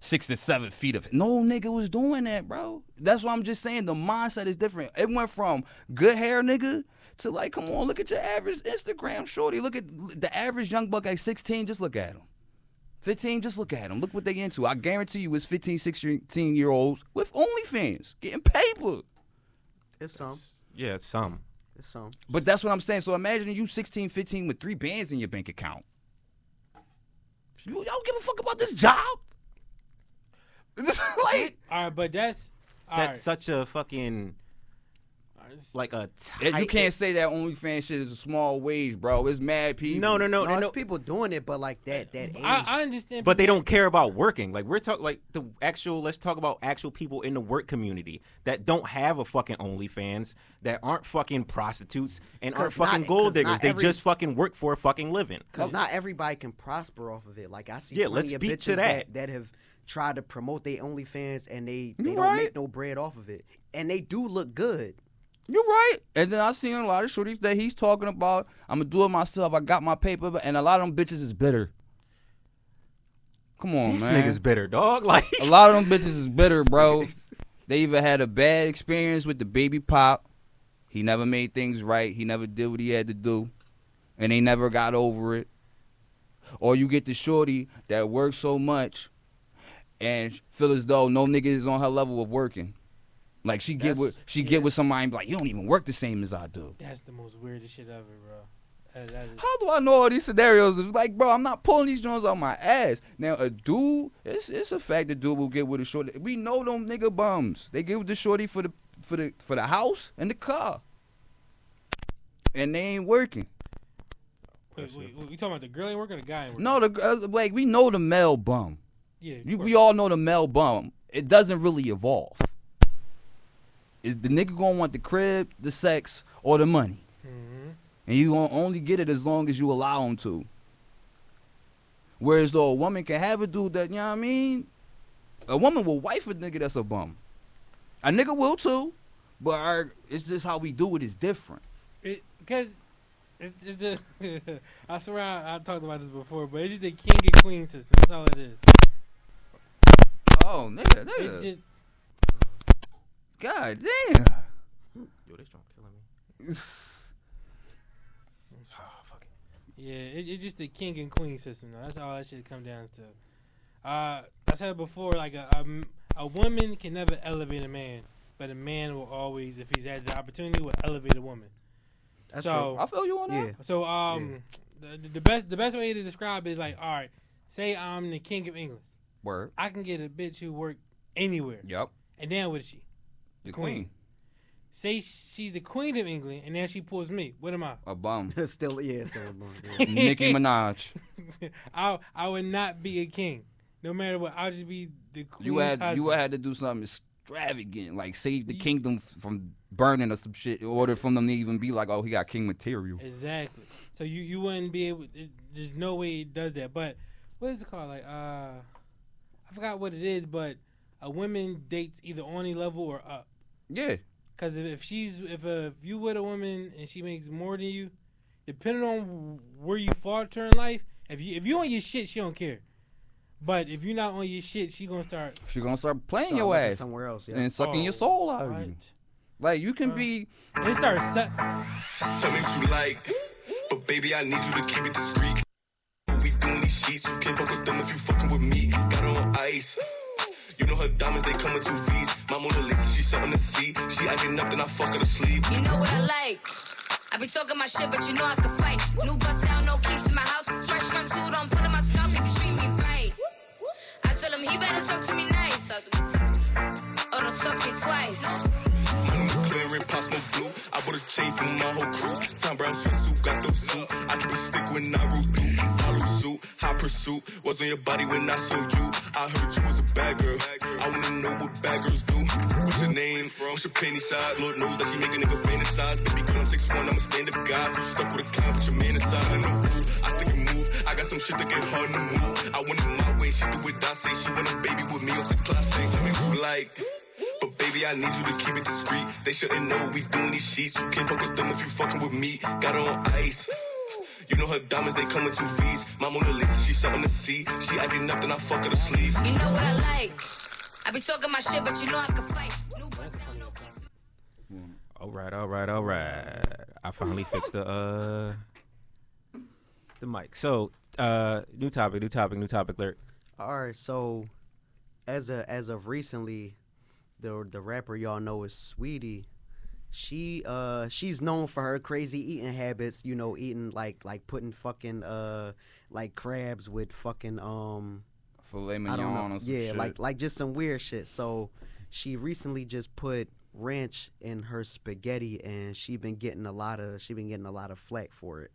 Six to seven feet of no nigga was doing that, bro. That's why I'm just saying the mindset is different. It went from good hair nigga to like, come on, look at your average Instagram shorty. Look at the average young buck at 16. Just look at him. 15, just look at them. Look what they into. I guarantee you it's 15, 16 year olds with OnlyFans getting paper. It's some. yeah, some. It's some. But that's what I'm saying. So imagine you 16, 15 with three bands in your bank account. You, y'all give a fuck about this job? like, all right, but that's all That's right. such a fucking like a. Yeah, you tight- can't say that OnlyFans shit is a small wage, bro. It's mad people. No, no, no, No, no. it's no. people doing it, but like that that age. I, I understand. But they people- don't care about working. Like we're talking, like the actual. Let's talk about actual people in the work community that don't have a fucking OnlyFans, that aren't fucking prostitutes, and aren't 'Cause not- fucking gold 'cause diggers. not They every- just fucking work for a fucking living. Because not everybody can prosper off of it. Like I see Yeah, plenty let's of speak bitches to that. that. that have tried to promote their OnlyFans and they, they You don't right. make no bread off of it. And they do look good. You're right. And then I seen a lot of shorties that he's talking about. I'm gonna do it myself. I got my paper, but- and a lot of them bitches is bitter. Come on, This man. nigga's bitter, dog. Like a lot of them bitches is bitter, bro. They either had a bad experience with the baby pop. He never made things right. He never did what he had to do, and they never got over it. Or you get the shorty that works so much, and feel as though no nigga is on her level of working. Like she get with That's- she get with somebody and be like you don't even work the same as I do. That's the most weirdest shit ever, bro. That- that is- How do I know all these scenarios? It's like, bro, I'm not pulling these joints out my ass. Now, a dude, it's it's a fact a dude will get with a shorty. We know them nigga bums. They get with the shorty for the for the for the house and the car, and they ain't working. wait, wait, wait, you talking about the girl ain't working, or the guy ain't working? No, the girls- like we know the male bum. yeah, You, of we course. all know the male bum. It doesn't really evolve. Is the nigga gonna want the crib, the sex, or the money? Mhm. And you gonna only get it as long as you allow him to. Whereas though a woman can have a dude that, you know what I mean? A woman will wife a nigga that's a bum. A nigga will too, but our, it's just how we do it is different. It- Cause it's, it's the I swear I, I talked about this before, but it's just the king and queen system. That's all it is. Oh, nigga, It's nigga. just God damn. Yo, this joint killing me. yeah, it, it's just the king and queen system. Though. That's all that shit come down to. Uh, I said before, like a, a m- a woman can never elevate a man, but a man will always, if he's had the opportunity, will elevate a woman. That's so, I feel you on that. Yeah. So um, the, the best the best way to describe it is like, all right, say I'm the king of England. Word. I can get a bitch who worked anywhere, Yep. and then what is she? The queen. queen. Say she's the queen of England, and then she pulls me. What am I? A bum. true. still, yeah, still. a bum, yeah. Nicki Minaj. I I would not be a king, no matter what. I'll just be the queen. You had you husband. had to do something extravagant, like save the kingdom f- from burning or some shit, in order for them to even be like, oh, he got king material. exactly. So you you wouldn't be able. it- There's no way it does that. But what is it called? Like uh, I forgot what it is, but a woman dates either on a level or up. Yeah, Because if, if she's if, uh, if you with a woman and she makes more than you, depending on where you falter in life, if you if you on your shit, she don't care. But if you're not on your shit, she gonna start. she gonna start playing So I'm your looking ass somewhere else. Yeah. and sucking your Oh, soul out of you. Right. Like you can be, It starts. Su- Tell me what you like, but baby, I need you to keep it discreet. We doing these sheets, you can't fuck with them if you fucking with me. Got her on ice. You know her diamonds, they come in two V's. My Mona Lisa, she something to see. She acting up, then I fuck her to sleep. You know what I like. I be talking my shit, but you know I can fight. New bust down, no keys to my house. Fresh front tooth, don't put on my scalp if you treat me right. I tell him he better talk to me nice. Or don't talk to me twice. My new clear red pops, no blue. I bought a chain for my whole crew. Tom Brown swimsuit, got those two. I keep a stick when I root through. Follow suit, high pursuit. Was on your body when I saw you. I heard you was a bad girl. I wanna know what bad girls do. What's your name from? What's your panty size? Lord knows that she make a nigga fantasize. Baby girl, I'm 6'1", I'm a stand-up guy. If you stuck with a clown, put your man inside. I know rude, I stick and move. I got some shit that get hard to move. I want it my way, she do what I say. She want a baby with me off the class. Say, tell me what you like. But baby, I need you to keep it discreet. They shouldn't know we doing these sheets. You can't fuck with them if you fucking with me. Got her on ice. You know her diamonds, they come in two V's. My Mona Lisa, she something to see. She acting up, then I fuck her to sleep. You know what I like. I be talking my shit, but you know I can fight. New bust down, no keys to All right, all right, all right. I finally fixed the uh the mic. So uh new topic, new topic, new topic alert. All right, so as a as of recently, the the rapper y'all know is Sweetie. She uh she's known for her crazy eating habits, you know, eating like like putting fucking uh like crabs with fucking um filet I mignon don't know. or some yeah, shit. like like just some weird shit. So she recently just put ranch in her spaghetti and she been getting a lot of she been getting a lot of flack for it.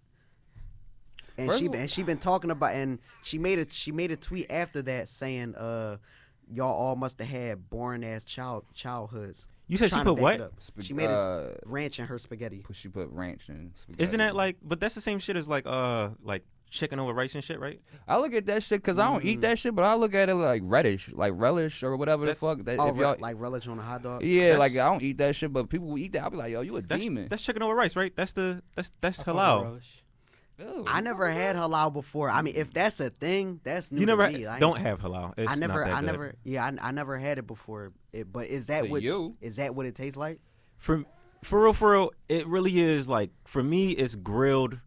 And First she of been and she been talking about and she made a she made a tweet after that saying uh y'all all must have had boring ass child childhoods. You said she Trying to put back what? it up. Spag- she made a uh, ranch in her spaghetti. But she put ranch in. Isn't that like but that's the same shit as like uh like chicken over rice and shit, right? I look at that shit because I don't Mm. eat that shit, but I look at it like relish, like relish or whatever That's- the fuck. That, Oh, if y'all, re- like relish on a hot dog. yeah, that's- like I don't eat that shit, but people will eat that. I'll be like, yo, you a That's, demon. that's chicken over rice, right? That's the that's that's I fuck with halal. relish. Ew. I never had halal before. I mean, if that's a thing, that's new You never to me. I ain't- don't have halal. It's I never, Not that I good. never, yeah, I, I never had it before. It, but is that To what you. is that what it tastes like? for for real, for real, it really is like for me, it's grilled.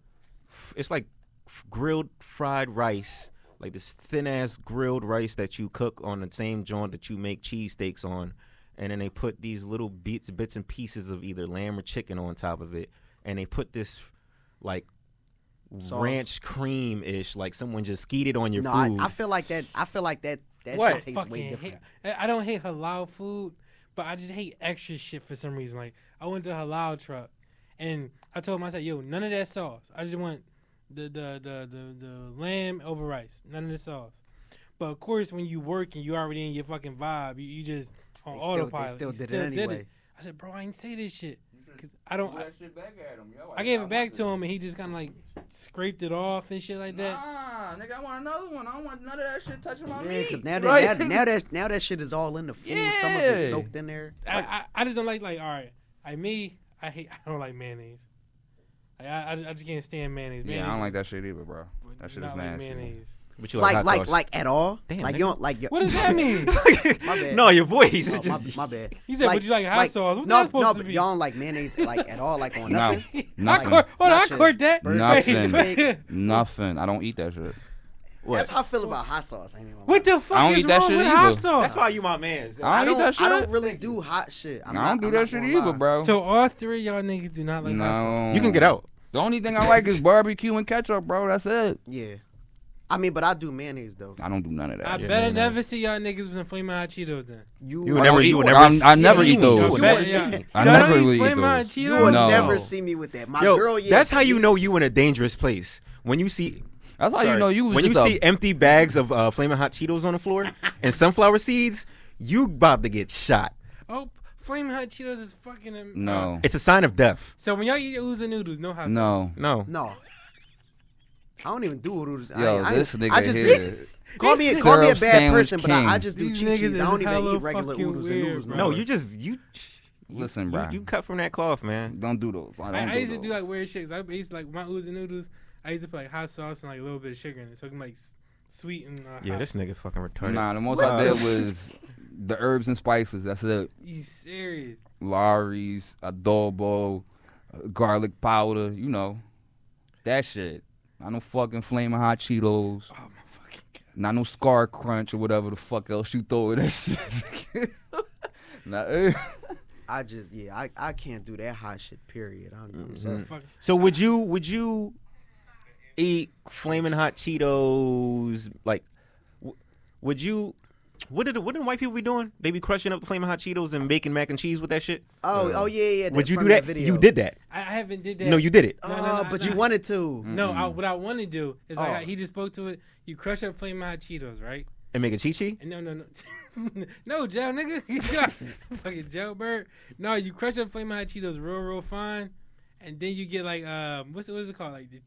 f- It's like f- grilled fried rice, like this thin ass grilled rice that you cook on the same joint that you make cheesesteaks on, and then they put these little bits, bits and pieces of either lamb or chicken on top of it, and they put this like ranch cream ish, like someone just skeeted on your No, I, food. I feel like that. I feel like that. That I shit tastes way fucking different. hate- I I don't hate halal food, but I just hate extra shit for some reason. Like I went to a halal truck, and I told him I said, "Yo, none of that sauce. I just want the the the the, the lamb over rice. None of the sauce." But of course, when you work and you already in your fucking vibe, you, you just on They still- they autopilot. still You did it anyway. I said, "Bro, I ain't say this shit because I don't." I, I gave it back to him, and he just kind of like scraped it off and shit like that. Nah, nigga, I want another one. I don't want none of that shit touching my Yeah, because now that Right? now, now that now that shit is all in the food. Some of it's Yeah. soaked in there. I, I, I just don't like like all right. I me I hate I don't like mayonnaise. Like, I, I I just can't stand mayonnaise. mayonnaise Yeah, I don't like that shit either, bro. is- That shit not is like nasty. mayonnaise. But you like Like hot like sauce. like at all. Damn, like nigga. you don't like your, What does that mean? my bad. no, your voice. Oh, is my, just, my bad. He said, "But you like hot sauce." What's no, that supposed no, to but be? y'all don't like mayonnaise like at all, like on No, nothing. I nothing. caught, hold on, I Not your caught that. bird- Nothing. Wait, Nothing. I don't eat that shit. That's how I feel about hot sauce. I ain't even gonna lie. what the fuck I don't is eat that wrong shit with hot either. that's sauce? why you my man. I I don't, don't, eat that shit. I don't really do hot shit. I'm I not, don't do I'm that not shit gonna either, lie. bro. So all three of y'all niggas do not like hot sauce. no. You can get out. The only thing I like is barbecue and ketchup, bro. That's it. Yeah, I mean, but I do mayonnaise though. I don't do none of that. I Yeah. better never see y'all niggas with some flaming hot Cheetos then. You You will would never, eat- you would never. I'm- I never see eat me. those. You Y'all would better- never y'all- see me. I y'all never eat really eat flaming hot those. Cheetos. you will No. never see me with that. My Yo, girl, yeah, that's how she- you know you in a dangerous place when you see. That's how you sorry. know you was when you just a- see empty bags of uh, flaming hot Cheetos on the floor and sunflower seeds, you about to get shot. Oh, flaming hot Cheetos is fucking. am- No. It's a sign of death. So when y'all eat your oozing noodles, no hot sauce. No. No, No. I don't even do Urus. Yo, I, I, this nigga I just here. do, call me call me a Syrup bad sandwich person, but I, I king. just do These cheese. niggas is I don't even hella eat regular fucking Urus weird, and noodles. bro. no, Right. you just you. Listen, you- bro. You, cut from that cloth, man. Don't do those. I, don't I, I do used to those. do like weird shit. 'cause I used to like my oozing noodles. I used to put like hot sauce and like a little bit of sugar in it, so it can like s- sweet and uh, Yeah, hot. this nigga fucking retarded. Nah, the most Wow. I did was the herbs and spices. That's it. You serious? Lari's, adobo, uh, garlic powder, you know. That shit. Not no fucking flaming hot Cheetos. Oh my fucking god! Not no scar crunch or whatever the fuck else you throw in that shit. nah, eh. I just yeah, I, I can't do that hot shit. Period. I'm, I'm sorry. Fuck. So would you would you eat flaming hot Cheetos like? w- Would you? What did what did white people be doing? They be crushing up the flaming hot Cheetos and making mac and cheese with that shit. Oh oh yeah yeah. Would that's you from do that? video. You did that. I, I haven't did that. No, you did it. Oh, No, no, no, but no. you wanted to. Mm. No, I, what I want to do is like Oh. I- he just spoke to it. You crush up flaming hot Cheetos, right? And make a chi chi. And no, no, no, no, Joe, nigga, fucking Joe Bird. No, you crush up flaming hot Cheetos real, real fine, and then you get like um, what's it, what's it called? Like the,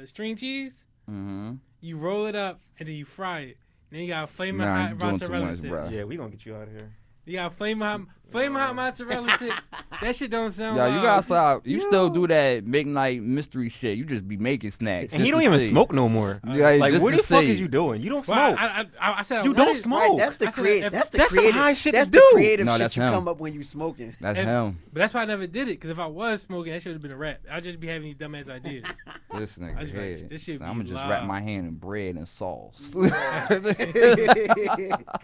the string cheese. Mhm. You roll it up and then you fry it. Then you got flaming Nah, you hot doing too mozzarella much, sticks. bruh. Yeah, we gonna get you out of here. You got flame hot, flame hot mozzarella sticks. That shit don't sound. Yo, you wild. gotta stop. You still do that midnight mystery shit. You just be making snacks. And he just don't to even see. smoke no more. Yeah, like, just what to the fuck see. is you doing? You don't smoke. Well, I, I, I, I said I You wanted- don't smoke. Right, that's the I said creative. if- That's the that's some creative. high shit to that's do. the creative No, shit that's you him. come up when you smoking. That's if- him. But that's why I never did it. Because if I was smoking, that should have been a rap. I'd just be having these dumbass ideas. This I nigga just like, this shit head. So be I'm gonna just wrap live. my hand in bread and sauce.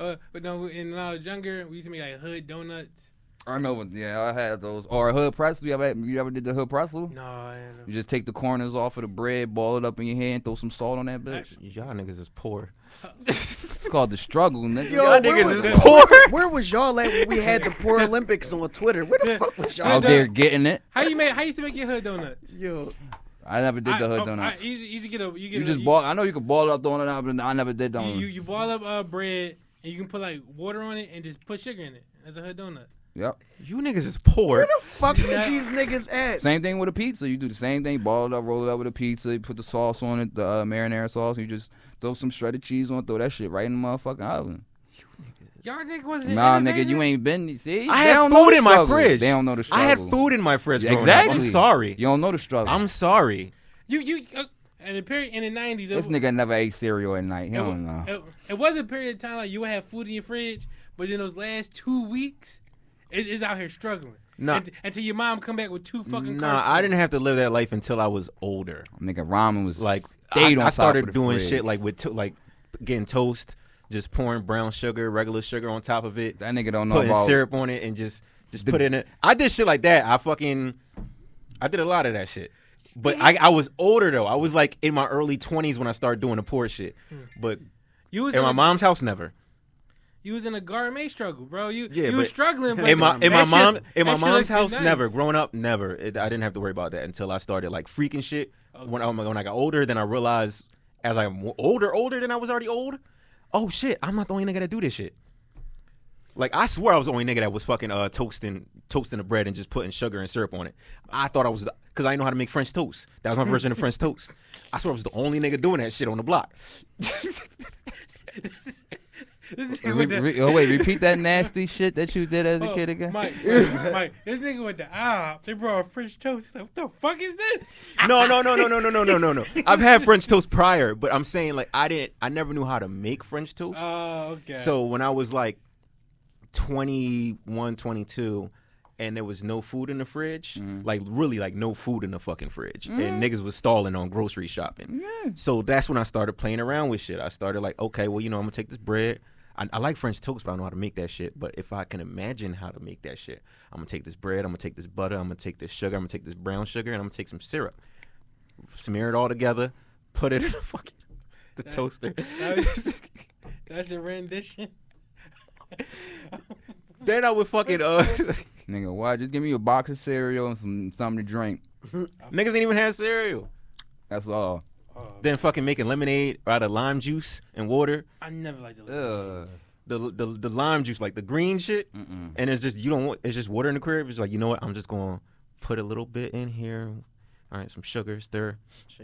uh, but no, in when I was younger, we used to make like hood donuts. I know. but Yeah, I had those. Or a hood pretzel. You ever you ever did the hood pretzel? No, I don't You know. just take the corners off of the bread, ball it up in your hand, throw some salt on that bitch. Y'all niggas is poor. uh, It's called the struggle, nigga. Yo, Y'all where niggas was- is poor. Where was y'all at when we had the poor Olympics on Twitter? Where the fuck was y'all? out there getting it. how you make? How you used to make your hood donuts? Yo, I never did I- the hood oh, donut. I, easy, easy get a. You get you a, just ball. I know you could ball it up, throwing it out, but I never did You, donut. you you boil up uh, bread and you can put like water on it and just put sugar in it. That's a hood donut. Yep. You niggas is poor. Fuck is these niggas at? Same thing with a pizza. You do the same thing. Ball it up, roll it up with a pizza. You put the sauce on it, the uh, marinara sauce. And you just throw some shredded cheese on. it, Throw that shit right in the motherfucking oven. Y'all niggas was Nah, nigga, you ain't been. See, I They had don't know food the in my struggle. fridge. They don't know the struggle. I had food in my fridge. growing up. Exactly. I'm sorry. You don't know the struggle. I'm sorry. You you uh, in the period in the nineties. this nigga never ate cereal at night. He It, wa- don't know. it, it was a period of time like you would have food in your fridge, but in those last two weeks, it, it's out here struggling. Nah. Unt- until your mom come back with two fucking. Nah, cartons. I didn't have to live that life until I was older. Nigga, ramen was Like I, stayed on I top started of the doing fridge. shit like with to, like getting toast, just pouring brown sugar, regular sugar on top of it, That nigga don't know putting about syrup on it, and just just put it in it. I did shit like that. I fucking I did a lot of that shit. But I, I was older though. I was like in my early twenties when I started doing the poor shit. But You was in in my a- mom's house, never. You was in a gourmet struggle, bro. You Yeah, you was but- struggling. But in my in my that mom shit- in my that shit mom's looked house nice. never growing up never it, I didn't have to worry about that until I started like freaking shit when I when I got older then I realized as I'm w- older older than I was already old oh shit I'm not the only nigga that do this shit like I swear I was the only nigga that was fucking uh toasting toasting the bread and just putting sugar and syrup on it I thought I was because I didn't know how to make French toast that was my version of French toast I swear I was the only nigga doing that shit on the block This Re- nigga with the- re- oh wait, repeat that nasty shit that you did as a Oh, kid again. Mike, Mike, Mike, this nigga with the ah, they brought a French toast. Like, what the fuck is this? no, no, no, no, no, no, no, no, no, no. I've had French toast prior, but I'm saying like I didn't. I never knew how to make French toast. Oh, okay. So when I was like 21, 22, and there was no food in the fridge, Mm-hmm. like really like no food in the fucking fridge, Mm. and niggas was stalling on grocery shopping. So that's when I started playing around with shit. I started like, okay, well, you know, I'm gonna take this bread. I, I like French toast, but I don't know how to make that shit. But if I can imagine how to make that shit, I'm gonna take this bread, I'm gonna take this butter, I'm gonna take this sugar, I'm gonna take this brown sugar, and I'm gonna take some syrup, smear it all together, put it in the fucking the toaster. That was- that's your rendition. then I would fucking uh. Nigga, why? Just give me a box of cereal and some something to drink. Niggas ain't even had cereal. That's all. Oh, Then fucking making lemonade out of lime juice and water. I never liked the. Ugh. The the, the lime juice, like the green shit, and it's just you don't want. It's just water in the crib. It's like you know what? I'm just gonna put a little bit in here. All right, some sugar, stir.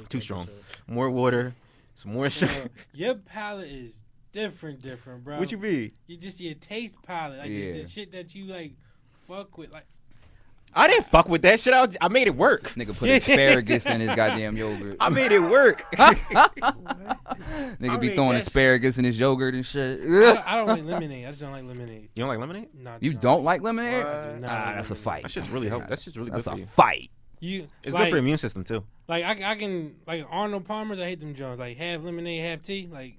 Too strong. More water. Some more sugar. Your palate is different, different, bro. what you be? You just your taste palette, like Yeah. the, the shit that you like, fuck with, like. I didn't fuck with that shit. I, was- I made it work. Nigga put asparagus in his goddamn yogurt. I made it work. Nigga I be mean, throwing that's- asparagus in his yogurt and shit. I don't, I don't like lemonade. I just don't like lemonade. you don't like lemonade? Nah, You nah, don't like lemonade? I do not Ah, like that's a lemonade. fight. That shit's really helpful. That shit's really That's good for a you. fight. You It's like, good for your immune system too. Like I, I can like Arnold Palmer's. I hate them Jones. Like half lemonade, half tea. Like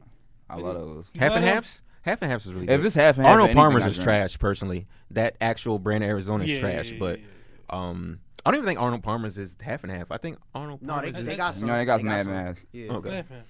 I love those. you Half love and them? halves. Half and halves is really. If good. it's half and half, Arnold anything Palmer's I is drink. trash, personally. That actual brand of Arizona is Yeah, yeah, trash, yeah, but yeah, um, I don't even think Arnold Palmer's is half and half. I think Arnold No, they, Palmer's is they got some. No, they got some mad some. mad. Yeah. okay. half and-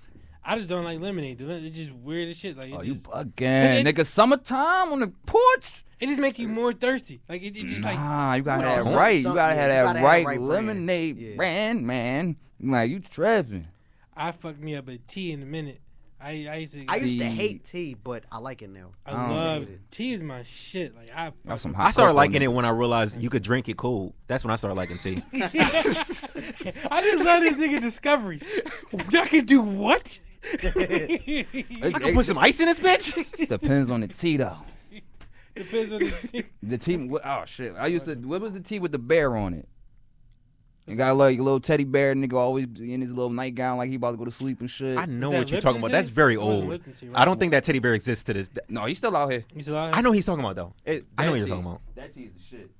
I just don't like lemonade. The lemon- It's just weird as shit. Like it, Oh, you just, bugging. It- it- Nigga, summertime on the porch? it just Uh, makes you more thirsty. Like it, it just like Nah, you gotta Well, have some- right. You some- gotta yeah, have you that gotta have right, right brand. lemonade Yeah. brand, man. Like, you trapping. I fucked me up a tea in a minute. I I used to. I used to See. hate tea, but I like it now. I don't love hate it. tea is my shit. Like I Got some fucking- hot I started cocoa liking in it when I realized you could drink it cold. That's when I started liking tea. I just love this nigga discoveries. I can do what? Depends It- I could it- put some ice in this bitch. Depends on the tea, though. on the tea. The tea. wh- Oh shit! I used to. What was the tea with the bear on it? You got like a little teddy bear nigga always in his little nightgown like he about to go to sleep and shit. I know that what you're Lipton talking about. tea? That's very It wasn't old. Lipton tea, right? I don't think that teddy bear exists to this. day. no, he's still out here. You still out here? I know what he's talking about though. It, I know what That you're tea- talking about. That tea is the shit.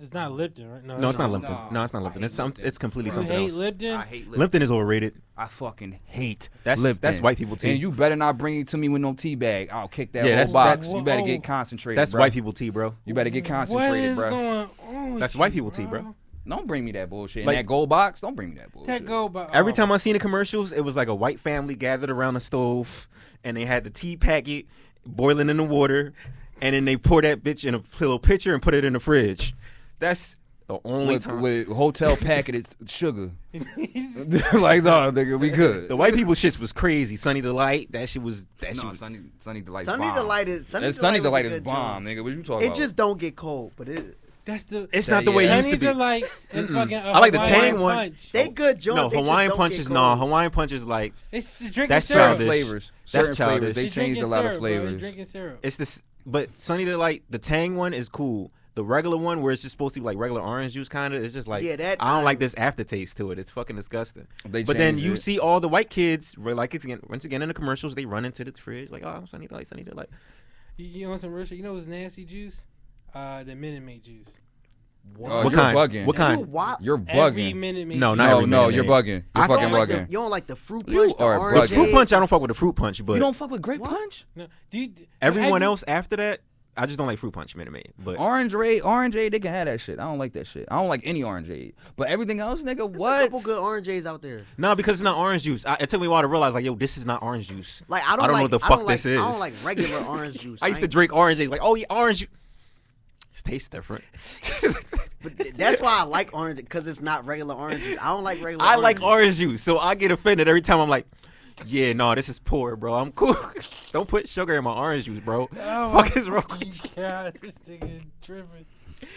It's not Lipton, right? No, it's not No, Lipton. no. No, it's not I Lipton. hate It's some, Lipton. it's completely You something hate else. Lipton? I hate Lipton. Lipton is overrated. I fucking hate That's- Lipton. that's white people tea. And you better not bring it to me with no tea bag. I'll kick that Yeah, whole that's- oh, box. that's- you better Whoa. get concentrated. That's bruh. white people tea, bro. You better get what concentrated, is bro. going on? with That's white you, people tea, bro. Don't bring me that bullshit. Like- and that gold box. Don't bring me that bullshit. That go by Every oh. time I seen the commercials, it was like a white family gathered around the stove, and they had the tea packet boiling in the water, and then they pour that bitch in a little pitcher and put it in the fridge. That's The only with, time with hotel packeted sugar. He's- like, nah, nigga, we good. the white people shits was crazy. Sunny Delight, that shit was that shit No, was Sunny, Sunny Delight. Sunny bomb. Delight is Sunny That's Delight, Sunny was a Delight is good bomb, joint. nigga. What you talking It about? just don't get cold, but it that's the. It's Yeah, not the way it yeah. used Sunny to be. Delight and fucking. Uh, I like the Hawaiian Tang ones. Punch. they good joints. No, they just Hawaiian don't punch get is cold. no. Hawaiian punch is like It's, it's drinking That's syrup. certain childish. flavors. That's Certain flavors. childish. They He's changed drinking a lot of syrup, bro. He's flavors. Drinking syrup. it's this. But Sunny Delight, the Tang one is cool. The regular one, where it's just supposed to be like regular orange juice, kind of, it's just like Yeah, that- um, I don't like this aftertaste to it. It's fucking disgusting. They but then changed you it. see all the white kids, re- like it's again, once again in the commercials, they run into the fridge like, oh, Sunny Delight, Sunny Delight. You, you want some real shit? You know what's nasty juice? Uh, the Minute Maid juice. Oh, what you're kind? bugging. What You kind? wop- You're Every bugging. Minute Maid. No, juice. not No, every no, minute you're made. bugging. You're I don't fucking like the- bugging. you don't like the fruit punch. You the are orange The bugging. fruit head? punch, I don't fuck with the fruit punch, but You don't fuck with grape punch? No. Do you, d- have everyone you- else after that, I just don't like fruit punch, Minute Maid. But Orange Raid, Orange Aid, they can have that shit. I don't like that shit. I don't like any Orange Aid. But everything else, nigga, There's what? a couple good orange J's out there. No, because it's not orange juice. I, it took me a while to realize, like, yo, this is not orange juice. Like I don't, know like, what the I fuck don't this like, is. I don't like regular orange juice. I used to ain't- drink orange juice. Like, oh, yeah, orange juice. It tastes different. But th- that's why I like orange because it's not regular orange juice. I don't like regular. I like juice. orange juice, so I get offended every time I'm like, yeah, no, this is poor, bro. I'm cool. don't put sugar in my orange juice, bro. fuck is wrong with you? God, this nigga is tripping.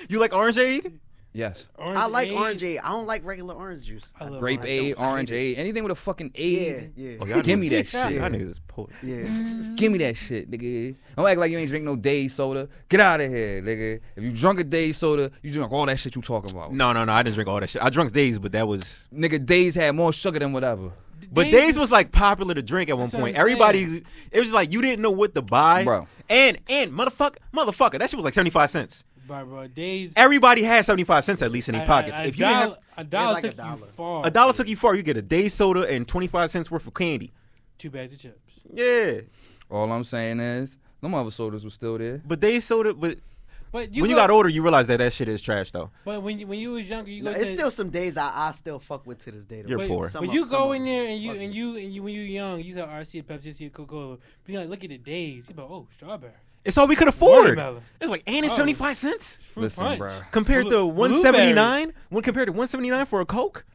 You like orange aid? Yes. Orange I like Aid. orange J. I don't like regular orange juice. I love Grape orange. Aid, Orange Aid, anything with a fucking Yeah, aid. yeah, Give me that shit. I knew this poor. yeah. Give me that shit, nigga. Don't act like you ain't drink no day soda. Get out of here, nigga. If you drunk a day soda, you drunk all that shit you talking about. No, no, no. I didn't drink all that shit. I drunk days, but that was Nigga, days had more sugar than whatever. But Days- Days, was like popular to drink at one That's what point. I'm saying. Everybody, it was like you didn't know what to buy. Bro. And and motherfucker, motherfucker, that shit was like seventy five cents. Bro, bro, days. Everybody had seventy five cents at least in their pockets. A, a, if you dollar, didn't have a dollar like a took you dollar. far. a dollar took you far, you get a day soda and twenty five cents worth of candy. Two bags of chips. Yeah, All I'm saying is, them other sodas was still there. but day soda. But But you when you go- got older, you realize that that shit is trash though. But when you, when you was younger, you No, go. it's to, still some days I, I still fuck with to this day. though. You're But poor. some But of- you some go of in them. there and you and you and you when you young, you said RC, Pepsi, see Coca Cola. But you like, look at the days. You be like, oh, strawberry, It's all we could afford. Watermelon. It's like and it's Oh. seventy five cents fruit Listen, punch, bruh. compared Blu- to one seventy nine. When compared to one seventy nine for a Coke,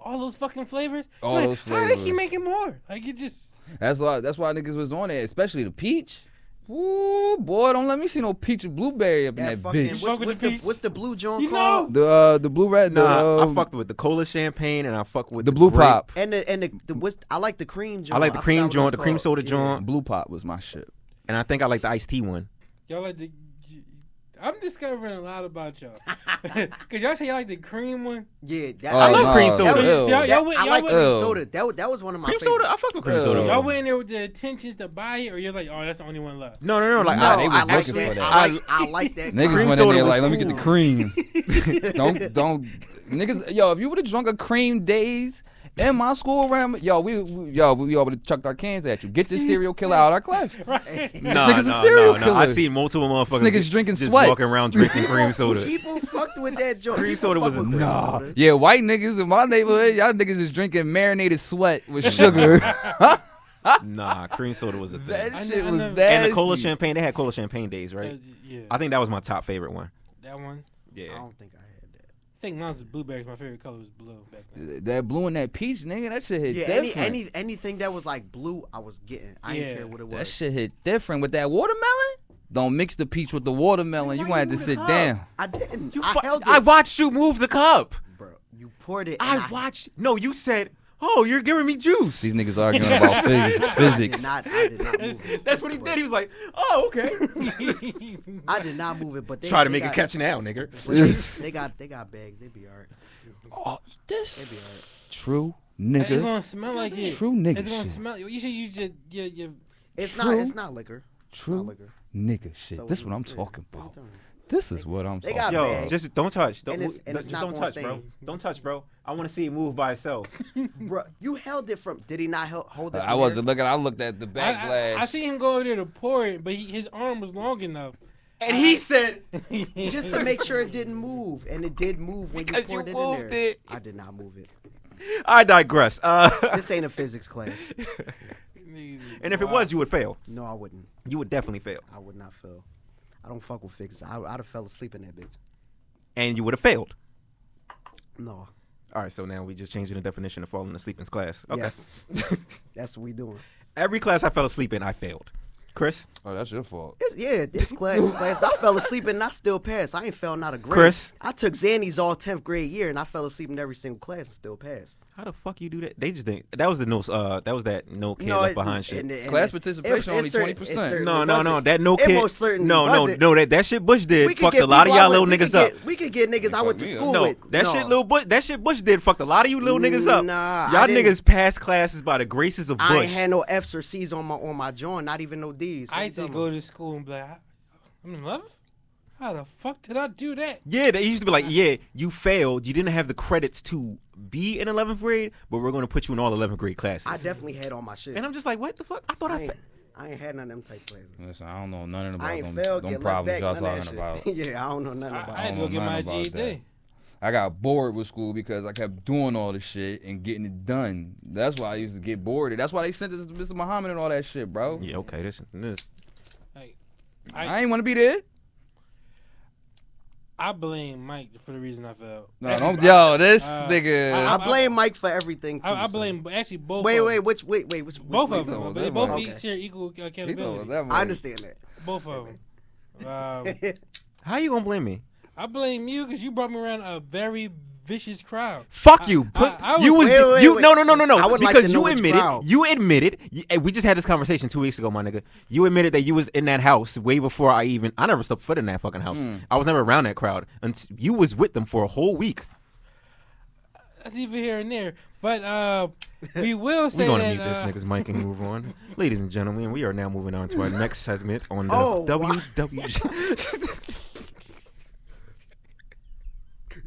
all those fucking flavors. All like, those How they flavors. keep making more? Like it just. That's why. That's why niggas was on it, especially the peach. Ooh, boy, don't let me see no peach and blueberry up That in that fucking bitch. what's, Fuck with what's the the peach. what's the blue joint You called? know. The uh, the blue red. The, nah, I um, fucked with the cola champagne and I fucked with the blue grape. pop. And the and the, the what's I like the cream joint. I like the cream forgot what joint, the it's cream called. soda joint, Blue pop was my shit. and I think I like the iced tea one. Y'all like the. I'm discovering a lot about y'all. Cause y'all say y'all like the cream one. Yeah, yeah that, Oh, I love nah, cream soda. that Y'all- was- y'all- that- y'all went- I y'all like went- cream Ew. soda. That wa- that was one of my Cream favorites. soda? I fuck with cream Ew. soda. Y'all Y'all went in there with the intentions to buy it, or you're like, oh, that's the only one left. No, no, no. Like, No, Nah, I, they was I like looking that. for that. I like I like that. Niggas Cream went in soda there was like, let me get the cool. cream. don't don't niggas yo, if you would have drunk a cream days in my school around yo, we, we yo, we all would have chucked our cans at you. Get this serial killer out of our class. Right? no, nigga's a no, serial no, no. I killer. see multiple motherfuckers This nigga's just- drinking just sweat. walking around drinking cream soda. People fucked with that joint. Cream People soda was fucked a- with cream nah. soda. Yeah, white niggas in my neighborhood, y'all niggas is drinking marinated sweat with sugar. nah, cream soda was a that thing. I shit know- I was know. that. And the cola champagne, they had cola champagne days, Uh, right? yeah, I think that was my top favorite one. that one. I Yeah. don't think I had that. I think mine's blueberries. My favorite color was blue back then. That blue and that peach, nigga, that shit hit Yeah, any, different. any anything that was like blue, I was getting. I Yeah. didn't care what it was. that shit hit different with that watermelon. Don't mix the peach with the watermelon. You gonna have to sit down. I didn't. You I fu- held it, I watched you move the cup. bro. You poured it. and I watched. No, you said, "Oh, you're giving me juice." These niggas arguing about I physics. did physics. not. I did not move it. That's what he did. He was like, "Oh, okay." I did not move it. But they Try to they make a got- catch now, nigga. but They they got they got bags. They be alright. Oh, This They be alright. true It's nigga. gonna smell like it. True nigga It's gonna shit. smell. You should use your your, your It's True. not. It's not liquor. Not True liquor. nigga shit. So this it- what I'm yeah, talking what you about. talking about? This is what I'm They talking got about. Yo, bag. just don't touch. Don't, And it's- move- and it's just not don't gonna touch, stay. bro. Don't touch, bro. I want to see it move by itself. Bro, you held it from. Did he not held, hold it? Uh, I from wasn't looking. I looked at the I, back I, I glass. see him go over there to pour it, but he, his arm was long enough. and he said, there? just to make sure it didn't move, and it did move when you Because you poured it in moved there. it. I did not move it. "I digress." Uh, This ain't a physics class. And if it was, you would fail. No, I wouldn't. You would definitely fail. I would not fail. I don't fuck with physics. I, I'd have fell asleep in that bitch. And you would have failed. No. All right, so now we just changing the definition of falling asleep in class. Okay. Yes. That's what we doing. Every class I fell asleep in, I failed. Chris, Oh, that's your fault. It's, yeah, this class, class. I fell asleep and I still passed. I ain't fell not a grade. Chris? I took Xannies all 10th grade year and I fell asleep in every single class and still passed. how the fuck you do that? They just didn't. That was the no. Uh, that was that no kid left behind shit. Class participation only 20%. no, no, no. That no kid. It most certainly no, no, wasn't. no. That that shit Bush We did could fucked get a lot of people I y'all little went- we could niggas up. get- we could get niggas I went to me up. school No, with. that No. shit, little Bush. That shit, Bush did fucked a lot of you little niggas up. nah, I y'all didn't. niggas passed classes by the graces of I ain't Bush. had no F's or C's on my on my joint, not even no D's. What I you used to talking go about? to school and be like, "I- I'm in love. How the fuck did I do that? yeah, they used to be like, yeah, you failed. You didn't have the credits to be in 11th grade, but we're going to put you in all 11th grade classes. I definitely had all my shit. and I'm just like, what the fuck? I thought I. I fa- ain't, I ain't had none of them type classes. Listen, I don't know I nothing about ain't them, failed. them get left problems y'all back, none of talking that about. shit. yeah, I don't know nothing I, about. I had it. to go don't get know my E nothing about GED. I got bored with school because I kept doing all this shit and getting it done. That's why I used to get bored. That's why they sent us to Mr. Muhammad and all that shit, bro. Yeah, okay, this, this. Like, I ain't want to be there. I blame Mike for the reason I failed. No, don't, yo, this Uh, nigga. I- I I- blame Mike for everything too. I, I so. blame actually both. Wait, of wait, them. which wait, wait, which both which- of them. told They that both one. each share equal ac- he told us accountability. that I much. understand that. Both of them. Um, How you gonna blame me? I blame you because you brought me around a very vicious crowd. Fuck I- you! I- Put, I you would- was Wait, wait, you wait. no no no no no I would like because to know you which admitted crowd. you admitted you, and we just had this conversation two weeks ago, my nigga. You admitted that you was in that house way before I even I never stepped foot in that fucking house. I was never around that crowd, and you was with them for a whole week. That's even here and there. But uh, we will say We're gonna that, mute this uh, nigga's mic and move on, ladies and gentlemen. We are now moving on to our next segment on the Oh, wow. WW.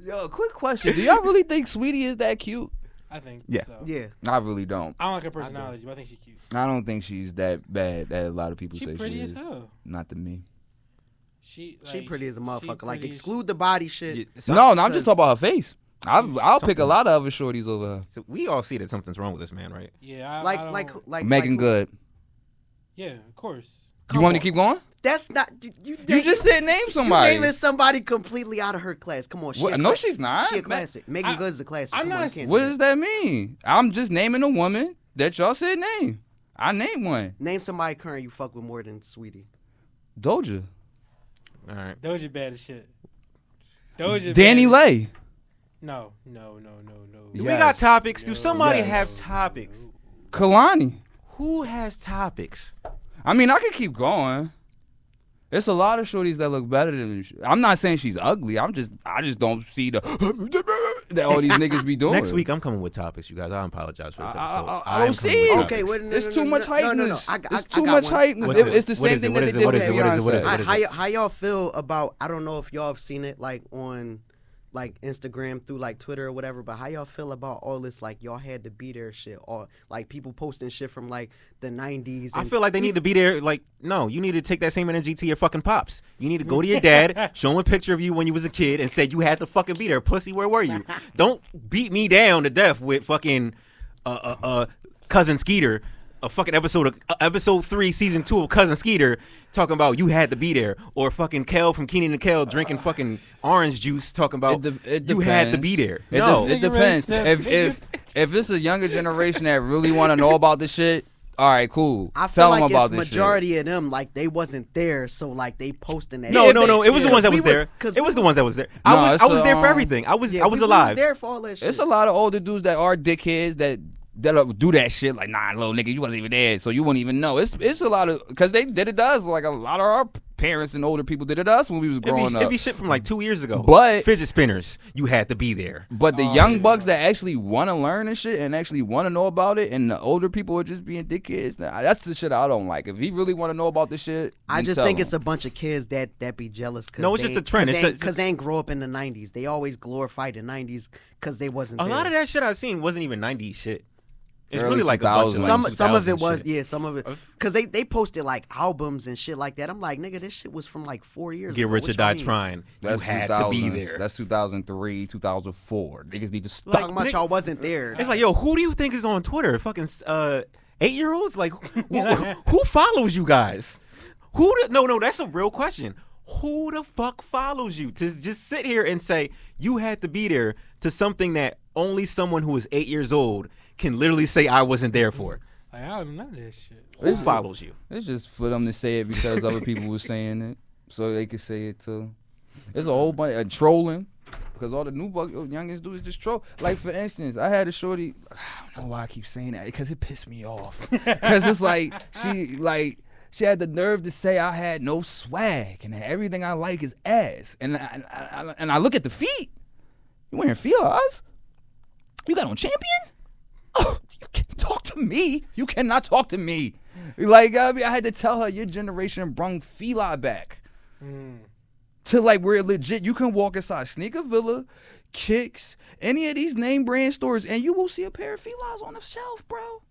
Yo, quick question. Do y'all really think Sweetie is that cute? I think Yeah. so. Yeah, I really don't. I don't like her personality, but I think she's cute. I don't think she's that bad that a lot of people She say pretty she as is. hell. Not to me. She like, she pretty as a she motherfucker. Like pretty as- exclude the body shit. no, no, I'm because- just talking about her face. I, I'll pick a Something. lot of other shorties over her. So we all see that something's wrong with this man, right? Yeah, I, Like I like don't- like Megan like, Good. yeah, of course. You Come want me on. to keep going? That's not you. You, You just said name somebody. somebody. naming somebody completely out of her class. Come on, she What? a No, cla- she's not. She a Ma- classic. Megan I- Good's a classic. I'm Come on, not- you can't do What that. does that mean? I'm just naming a woman that y'all said name. I named one. Name somebody current you fuck with more than Sweetie. Doja. All right. Doja bad as shit. Doja. Danny bad. Lay. No, no, no, no, no. Do we Yes. got topics? Do No, somebody yes. have topics? Kalani. Who has topics? I mean, I could keep going. It's a lot of shorties that look better than. sh- I'm not saying she's ugly. I'm just, I just don't see the that all these niggas be doing. Next week, I'm coming with topics, you guys. I apologize for this I- episode. I- I- I am don't coming see with it. topics. Okay, wait, no, it's no, too no, no, much no, hypeness. no, no. I got- it's I- I too got much one. hypeness. What's It- it? it's the What same is it? thing What that they is it? did What to is it? What is it? What is it? Beyonce. I, how, y- how y'all feel about I don't know if y'all have seen it like on like Instagram through like Twitter or whatever, but how y'all feel about all this like y'all had to be there shit or like people posting shit from like the nineties I feel like they need to be there. Like, no, you need to take that same energy to your fucking pops. You need to go to your dad, show him a picture of you when you was a kid, and say you had to fucking be there. Pussy, where were you? Don't beat me down to death with fucking uh, uh, uh, cousin Skeeter. A fucking episode of uh, episode three, season two of Cousin Skeeter, talking about you had to be there, or fucking Kel from Keenan and Kel drinking fucking orange juice, talking about Uh, It de- it Oh, you had to depends. be there. It, no, de- it depends. Nigga If racist. if if it's a younger generation that really want to know about this shit, all right, cool. I feel Tell like them about it's this majority of them like they wasn't there, so like they posting that. No, shit. no, no. It was the Because ones that we was there. Cause It we was the ones that was there. I No, was it's I was a, there for um, everything. I was yeah, I we- was we alive. there for all that shit. shit. It's a lot of older dudes that are dickheads that that do that shit. Like, nah, little nigga, you wasn't even there, so you wouldn't even know. It's it's a lot of because they did it to us. Like a lot of our parents and older people did it to us when we was It'd be, growing it'd up. be shit from like two years ago. But- fidget spinners, you had to be there. But the young bucks that actually want to learn and shit and actually want to know about it, and the older people are just being dickheads. Nah, that's the shit I don't like. If he really want to know about this shit, I then just tell think him. it's a bunch of kids that that be jealous. Cause No, it's they just a ain't- trend. Cause It's they, a- ain't- 'cause they ain't grow up in the nineties. They always glorify the nineties because they wasn't. A there. lot of that shit I've seen wasn't even '90s shit. It's Early really like a bunch of 2000s. like, some some of 2000 it was shit. yeah some of it because they they posted like albums and shit like that i'm like nigga this shit was from like four years Get ago. rich or What die you mean? trying. You That's had to be 2000s. there. That's 2003, 2004. Niggas need to stop. Like, talking about Nick- y'all wasn't there It's like, yo, who do you think is on Twitter? Fucking uh, eight year olds? Like, who, who- who follows you guys? Who? The, no, no, that's a real question. Who the fuck follows you to just sit here and say you had to be there to something that only someone who is eight years old can literally say I wasn't there for. Like, I don't know that shit. Who follows you? It's just for them to say it because other people were saying it, so they could say it too. There's a whole bunch of trolling because all the new buck, youngins do is just troll. Like for instance, I had a shorty. I don't know why I keep saying that because it pissed me off. Because it's like she like. She had the nerve to say I had no swag and that everything I like is ass. And I, I- I- and I look at the feet. You wearing Fila's? You got on champion? Oh, you can't talk to me. You cannot talk to me. Like I, mean, I had to tell her your generation brung Fila back to like where legit you can walk inside Sneaker Villa, Kicks, any of these name brand stores, and you will see a pair of Fila's on the shelf, bro.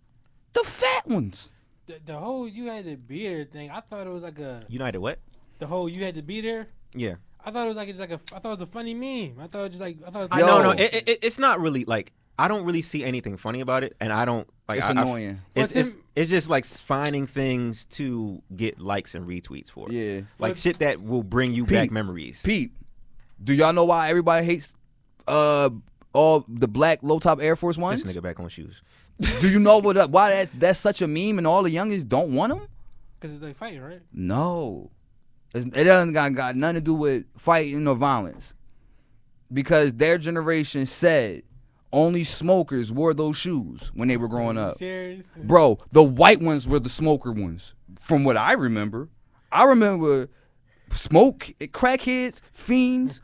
The fat ones. The, the whole you had to be there thing, I thought it was like a United what? the whole you had to be there. Yeah. I thought it was like it's like a I thought it was a funny meme. I thought it was just like I thought it was I no, Yo. no, it, it, it- it's not really like I don't really see anything funny about it, and I don't like. It's I- I- annoying. it's, But it's, then- it's just like finding things to get likes and retweets for. Yeah. like shit that will bring you back Pete, memories. Pete, do y'all know why everybody hates uh all the black low top Air Force This ones? nigga back on shoes. Do you know what? Why that that's such a meme and all the youngins don't want them? because oh, it's like fighting, right? No, it's, it doesn't got, got nothing to do with fighting or violence, because their generation said only smokers wore those shoes when they were growing up. Serious. Bro, the white ones were the smoker ones, from what I remember. I remember smoke, crackheads, fiends,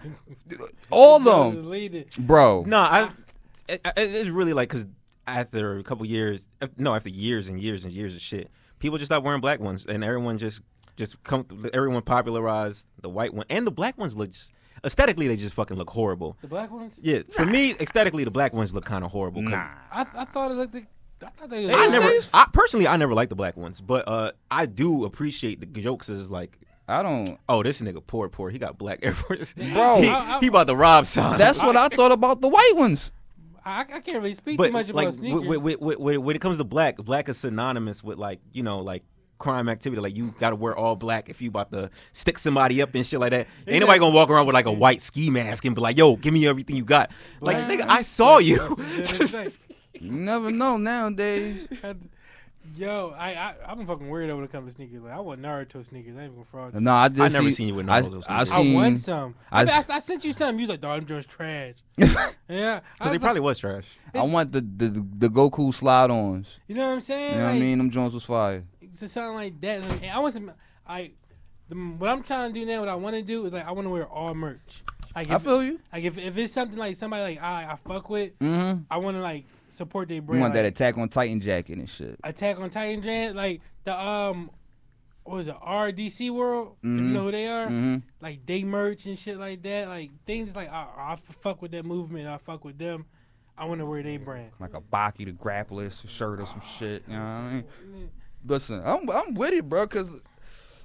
all of Just them, lead it. bro. No, I. It, it- it's really like because after a couple years, af- no, after years and years and years of shit, people just stopped wearing black ones, and everyone just just come. Everyone popularized the white one, and the black ones look just, aesthetically. They just fucking look horrible. The black ones. Yeah, for me, aesthetically, the black ones look kind of horrible. 'cause I, I thought it looked. Like, I thought they. I never, I, personally, I never liked the black ones, but uh, I do appreciate the jokes. Is like, I don't. oh, this nigga poor, poor. He got black Air Force. Bro. he, I- I- he about to rob some. That's what I thought about the white ones. I, I can't really speak but too much like about sneakers. When, when it comes to black, black is synonymous with like you know like crime activity. Like you got to wear all black if you about to stick somebody up and shit like that. Ain't nobody gonna walk around with like a white ski mask and be like, yo, give me everything you got. Like Black nigga, I saw you. That's the thing. You never know nowadays. I'd- Yo, I, I I'm a fucking weirdo when it comes to sneakers. Like I want Naruto sneakers. I ain't even gonna fraud. you. No, I just I never see- seen you with I, Naruto I've I seen. want some. I I, I, s- I sent you something. You was like, "Dog, them joints trash." yeah, I Because was it probably was trash. I want the the, the Goku slide ons. like- you know what I'm saying? You know what I Like, mean? Them Jones was fire. to something like that. Like, I want some. I the, what I'm trying to do now, what I want to do is like I want to wear all merch. Like if, I feel you. Like if, if it's something like somebody like I I fuck with, Mm-hmm. I want to like support their You brand. want that like, Attack on Titan jacket and shit. Attack on Titan Jan, like the um, what was it RDC World? If Mm-hmm. you know who they are, Mhm. like they merch and shit like that. Like things like I, I fuck with that movement. I fuck with them. I want to wear their brand. Like a Baki the Grappler shirt or some shit. You know what I mean? Listen, I'm I'm with it, bro, because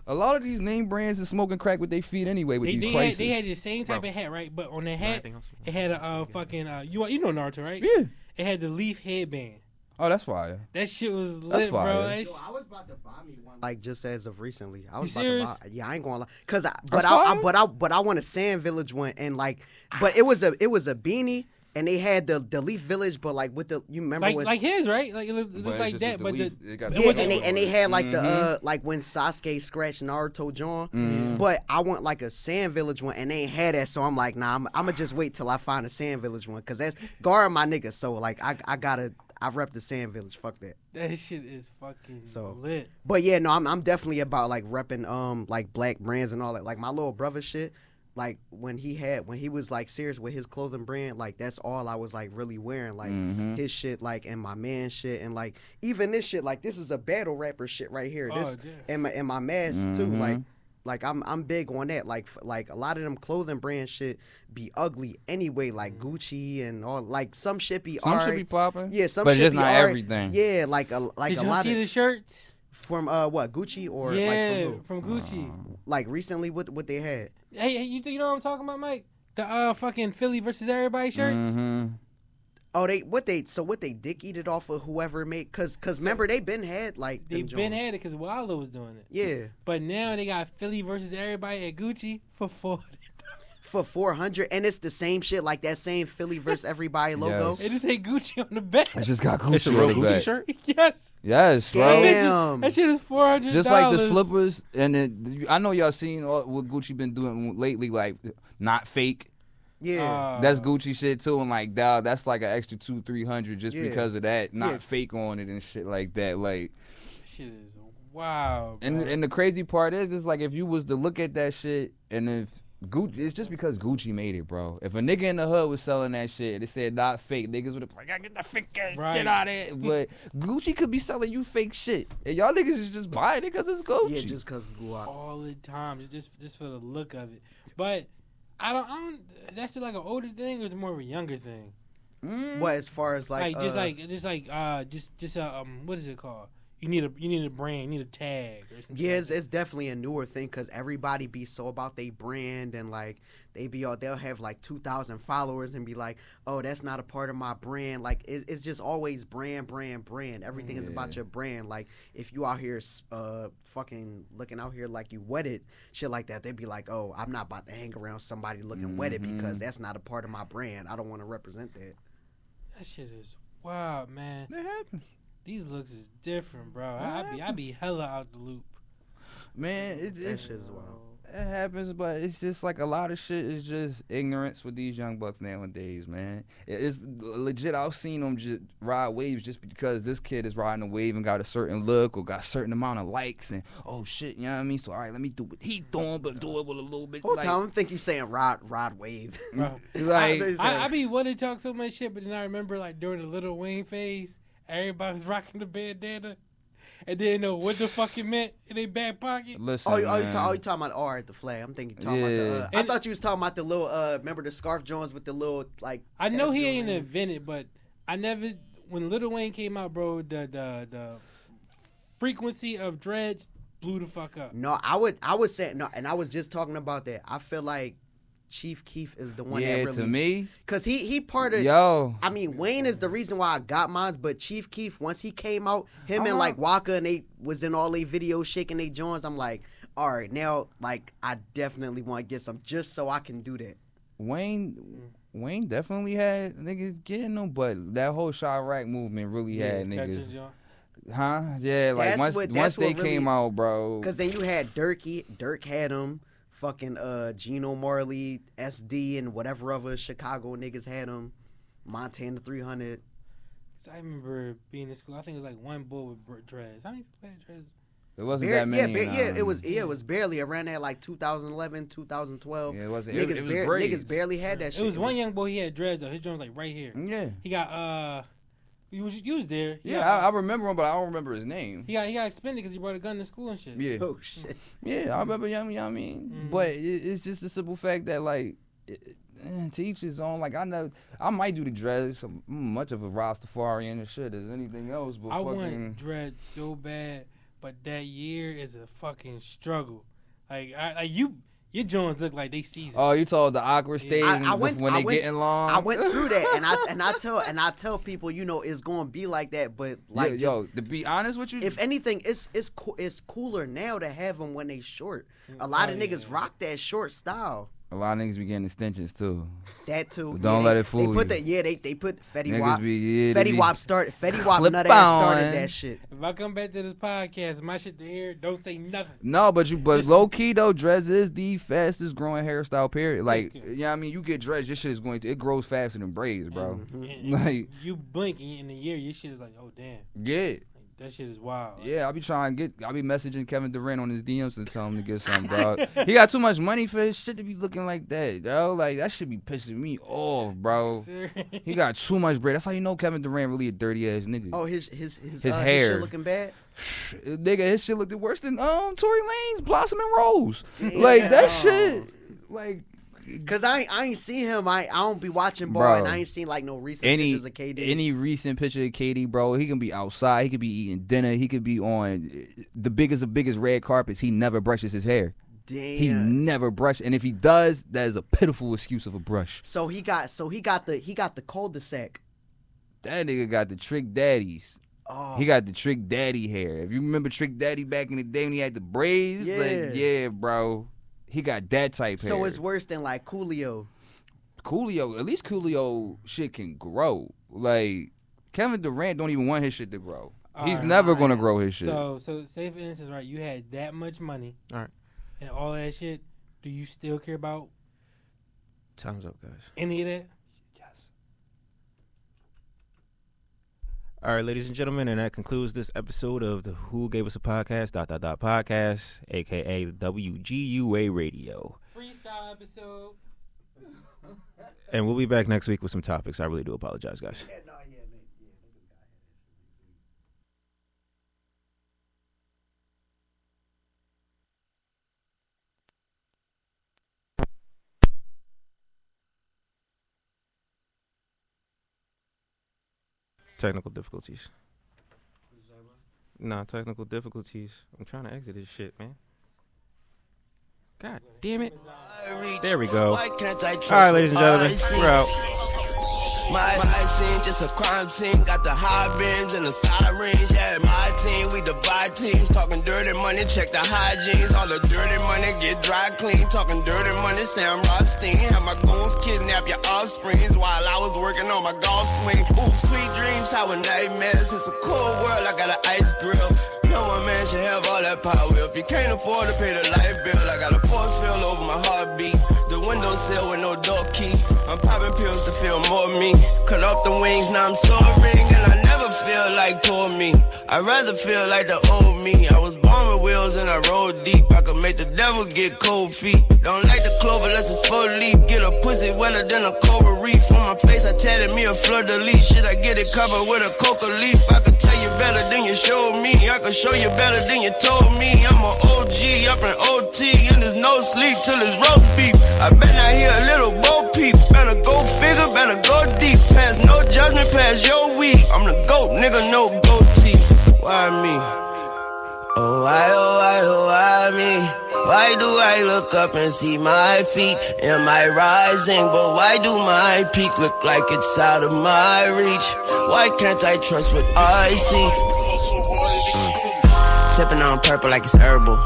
a lot of these name brands is smoking crack with their feet anyway with They, these they, had, prices. they had the same type of hat, right? But on the hat, anything else? it had a uh, fucking uh, you you know Naruto, right? yeah. It had the leaf headband. Oh, that's fire. That shit was lit, That's fire. bro. That sh- Yo, I was about to buy me one, like just as of recently. I was about serious? to buy. Yeah, I ain't gonna lie, cause I That's but I, I fine. but I but I want a Sand Village one, and like, but it was a it was a beanie, and they had the the Leaf Village, but like with the you remember like when like his, right? Like it looked, it looked it's like just that, the but leaf- the, it got it yeah, wasn't- and they and they had like the uh like when Sasuke scratched Naruto John, but I want like a Sand Village one, and they ain't had that, so I'm like, nah, I'm, I'm gonna just wait till I find a Sand Village one, cause that's Gara my nigga, so like I I gotta I rep the Sand Village, fuck that. that shit is fucking So- lit. But yeah, no, I'm I'm definitely about like repping um like black brands and all that. Like my little brother shit, like when he had when he was like serious with his clothing brand, like that's all I was like really wearing. Like Mm-hmm. his shit, like and my man shit and like even this shit, like this is a battle rapper shit right here. Oh, This yeah. and my and my mask Mm-hmm. too. Like like I'm I'm big on that. Like f- like a lot of them clothing brand shit be ugly anyway, Mm. like Gucci and all like some shit be Some should alright. be popping. Yeah, some But shit just be not alright. everything. Yeah, like a like Did a you lot see of the shirts? from uh what Gucci or like yeah, from who? from, Gucci. like recently what what they had. Hey, hey, you you know what I'm talking about, Mike? The uh fucking Philly versus everybody shirts. Mhm. Oh, they what they so what they dick eat it off of whoever made because because remember they been had like them They've been joints. at it because Waldo was doing it, yeah. but now they got Philly versus everybody at Gucci for forty. for 400 and it's the same shit like that same Philly versus everybody logo. It just ain't Gucci on the back. I just got Gucci. It's a real on the Gucci back. shirt. yes. Yes, That bro. bitch is- Damn. That shit is four hundred. Ah, Just like the slippers, and then I know y'all seen all, what Gucci been doing lately, like not fake. uh, Yeah. That's Gucci shit too, and like that, that's like an extra two, three hundred just Yeah. because of that, not Yeah. fake on it and shit like that. Like, shit is wow. and bro. and the crazy part is, it's like if you was to look at that shit, and if Gucci, it's just because Gucci made it, bro. If a nigga in the hood was selling that shit, and it said not fake, niggas would have like, I get the fake ass Right. shit out of it. But Gucci could be selling you fake shit, and y'all niggas is just buying it because it's Gucci. Yeah, just cause guac. all the time, ju- just just for the look of it. But I don't. I don't that's still like an older thing, or is it more of a younger thing? But as far as like, Like, just uh, like just like uh just just uh, um what is it called? You need a you need a brand, you need a tag. Or something yeah, it's, it's definitely a newer thing because everybody be so about they brand and like they be all they'll have like two thousand followers and be like, oh, that's not a part of my brand. Like it, it's just always brand, brand, brand. Everything is about your brand. Like if you out here s- uh fucking looking out here like you wetted shit like that, they'd be like, oh, I'm not about to hang around somebody looking wetted because that's not a part of my brand. I don't want to represent that. That shit is wild, man. These looks is different, bro. I, I be I be hella out the loop. Man, it's, That it's shit is wild. it happens, but it's just like a lot of shit is just ignorance with these young bucks nowadays, man. It- It's legit. I've seen them just ride waves just because this kid is riding a wave and got a certain look or got a certain amount of likes and oh shit, you know what I mean. So all right, let me do what he doing, but do it with a little bit. Hold like, on, I think you saying rod, rod wave. bro. like I- I, I be wanting to talk so much shit, but then I remember like during the Little Wayne phase, everybody was rocking the bandana, and didn't know what the fuck it meant in their back pocket. listen, Oh, you, oh, you, man. ta- oh, you talking about all right, the flag? I'm thinking you talking about the. Uh, Yeah. I thought you was talking about the little. Uh, remember the scarf Jones with the little like. I know he tattoo ain't on it? invented, but I never when Little Wayne came out, bro, the the the frequency of dreads blew the fuck up. No, I would. I would say no, and I was just talking about that. I feel like Chief Keef is the one Yeah, that to really. me. Cause he he part of. yo. I mean, Wayne is the reason why I got mines, but Chief Keef, once he came out, him and like Waka and they was in all they videos shaking they joints. I'm like, all right, now like I definitely want to get some just so I can do that. Wayne Wayne definitely had niggas getting them, but that whole shot rack movement really had Got you, niggas, John. huh? Yeah, like That's once what- once that's they what really- came out, bro. Cause then you had Durky, Dirk had him, fucking uh Gino Marley, SD, and whatever other Chicago niggas had him. Montana 300. 'Cause I remember being in school. I think it was like one boy with br- dreads. How many people had dreads? It wasn't Bare- that many. um, yeah, bare- nah. yeah, it was yeah, it was barely around there like 2011, 2012. Yeah, it wasn't- it- Niggas, it was bare- braids. niggas barely had that It shit. was one young boy. He had dreads though. His dreads like right here. Yeah, He got uh, you was you was there. He yeah. got- I, I remember him, but I don't remember his name. He got he got expended because he brought a gun to school and shit. Yeah, Oh shit. yeah. I remember. You know what I mean, Mm-hmm. but it, it's just the simple fact that like. It, eh, to each his own. Like I know, I might do the dreads. I'm much of a Rastafarian and shit as anything else. But I fucking, want dread so bad, but that year is a fucking struggle. Like I like you your joints look like they seasoned. oh, you told the awkward stage I, I when- went when I they went, getting long. I went through that and I and I tell and I tell people, you know, it's gonna be like that, but like yo, just yo, to be honest with you, if anything, it's it's co- it's cooler now to have them when they short. A lot Oh, of yeah. niggas rock that short style. a lot of niggas be getting extensions too. That too. Don't yeah, let they, it they fool Put you. the, yeah, they they put Fetty Niggas Wap. be- yeah, they Fetty be Wap started. Fetty Wap clip nut ass started on. that shit. If I come back to this podcast, my shit to hear, don't say nothing. No, but you but low key though, dreads is the fastest growing hairstyle period. Like, you know what I mean? You get dreads, your shit is going to it grows faster than braids, bro. And Like, you blink and in a year, your shit is like, oh damn, yeah. Like, that shit is wild. Like, Yeah, I'll be trying to get I'll be messaging Kevin Durant on his DMs and telling him to get something, dog. he got too much money for his shit to be looking like that, yo. Like that should be pissing me off, bro. serious. He got too much braid. That's how you know Kevin Durant really a dirty ass nigga. Oh, his his his, uh, His His hair. shit looking bad. nigga, his shit looked worse than um Tory Lane's Blossom and Rose. Like that shit. Like Cause I ain't- I ain't seen him. I I don't be watching ball, Bro. and I ain't seen like no recent any pictures of KD. any recent picture of KD, bro, he can be outside, he could be eating dinner, he could be on uh, the biggest of biggest red carpets. He never brushes his hair. He damn. never brushes, and if he does, that is a pitiful excuse of a brush. so he got so he got the he got the cul-de-sac. That nigga got the trick daddies. Oh, He got the trick daddy hair. If you remember trick daddy back in the day when he had the braids, like Yeah. yeah, bro. He got that type hair. So it's worse than like Coolio. Coolio, at least Coolio shit can grow. Like Kevin Durant don't even want his shit to grow. He's Alright. never gonna grow his shit. So, so say for instance, right, you had that much money, Alright. and all that shit. Do you still care about Time's up, guys. any of that? All right, ladies and gentlemen, and that concludes this episode of the Who Gave Us a Podcast, dot, dot, dot, podcast, aka WGUA Radio. Freestyle episode. And we'll be back next week with some topics. I really do apologize, guys. Technical difficulties. Nah, technical difficulties. I'm trying to exit this shit, man. God damn it. There we go. Why can't I trust All right, ladies and what I gentlemen, see? we're out. My, my scene, just a crime scene. Got the high beams and the sirens. Yeah, my team, we divide teams. Talking dirty money, check the hygienes. All the dirty money get dry clean. Talking dirty money, Sam Rothstein. Have my goons kidnap your offsprings while I was working on my golf swing. Ooh, sweet dreams, how a nightmares. It's a cool world, I got an ice grill. No one man should have all that power. If you can't afford to pay the light bill, I got a force field over my heartbeat. The windowsill with no door key. I'm popping pills to feel more me. Cut off the wings, now I'm soaring. And I never feel like poor me. I rather feel like the old me. I was born with wheels and I rode deep. I could make the devil get cold feet. Don't like the clover unless it's full leaf. Get a pussy wetter than a coral reef. On my face, I tatted me a fleur de lis. Shit, I get it covered with a coca leaf. I could tell you better than you showed me. I could show you better than you told me. I'm an OG up in OT, and there's no sleep till it's roast beef. I been out here a little bo peep. Better go figure, better go deep. Pass no judgment, pass your weed. I'm the goat, nigga, no goatee. Why me? Oh, why, oh, why, oh, why me? Why do I look up and see my feet? Am I rising? But why do my peak look like it's out of my reach? Why can't I trust what I see? Sipping on purple like it's herbal.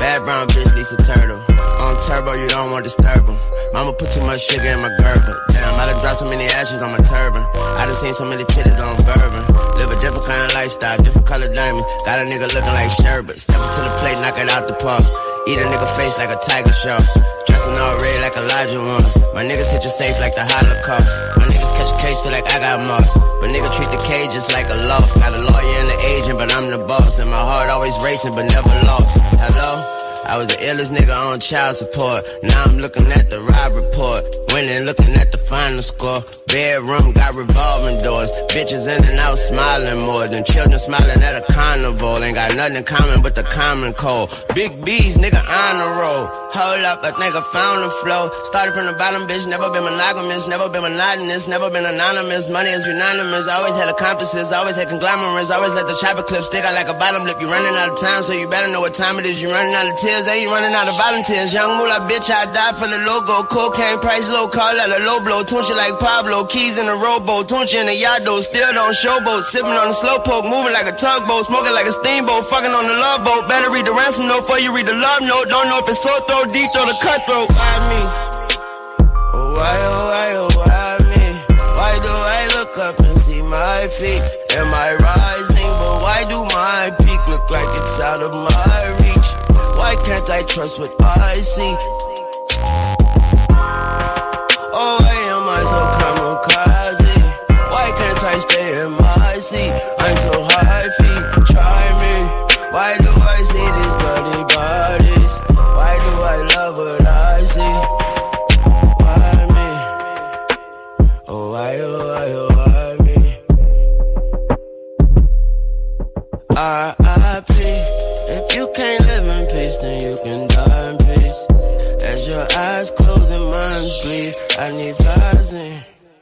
Bad brown bitch, Lisa Turtle. On turbo, you don't want to disturb him. Mama put too much sugar in my gerber. Damn, I done dropped so many ashes on my turban. I done seen so many titties on bourbon. Live a different kind of lifestyle, different color diamonds. Got a nigga looking like sherbet. Step up to the plate, knock it out the park. Eat a nigga face like a tiger shark. Dressing all red like Elijah one. My niggas hit you safe like the Holocaust. My niggas catch a case, feel like I got moss. But nigga treat the cage just like a loft. Got a lawyer and an agent, but I'm the boss. And my heart always racing, but never lost. Hello? I was the illest nigga on child support. Now I'm looking at the ride report. Winning, looking at the final score. Bedroom got revolving doors. Bitches in and out smiling more than children smiling at a carnival. Ain't got nothing in common but the common cold. Big B's, nigga, on the roll. Hold up, I think I found the flow. Started from the bottom, bitch. Never been monogamous, never been monotonous, never been anonymous. Money is unanimous. Always had accomplices, always had conglomerates. Always let the chopper clip stick out like a bottom lip. You running out of time, so you better know what time it is. You running out of tears, they ain't running out of volunteers. Young moolah, bitch, I died for the logo. Cocaine price low, call out a low blow. Tunch you like Pablo, keys in a rowboat. Tunch you in a yado, still don't showboat. Sipping on the slowpoke, moving like a tugboat. Smoking like a steamboat, fucking on the love boat. Better read the ransom note before you read the love note. Don't know if it's so throw deep throw the cutthroat. Why me? Oh, why, oh, why, oh, why me? Why do I look up and see my feet? Am I rising? But why do my peak look like it's out of my reach? Why can't I trust what I see? Oh, why am I so kamikaze? Why can't I stay in my seat? I'm so high feet, try me. Why do I see these bloody bodies? Why do I love what I see? Why me? Oh, why, oh, why, oh, why me? R.I.P. If you can't live in peace, then you can die in peace. As your eyes close and minds bleed, I need rising.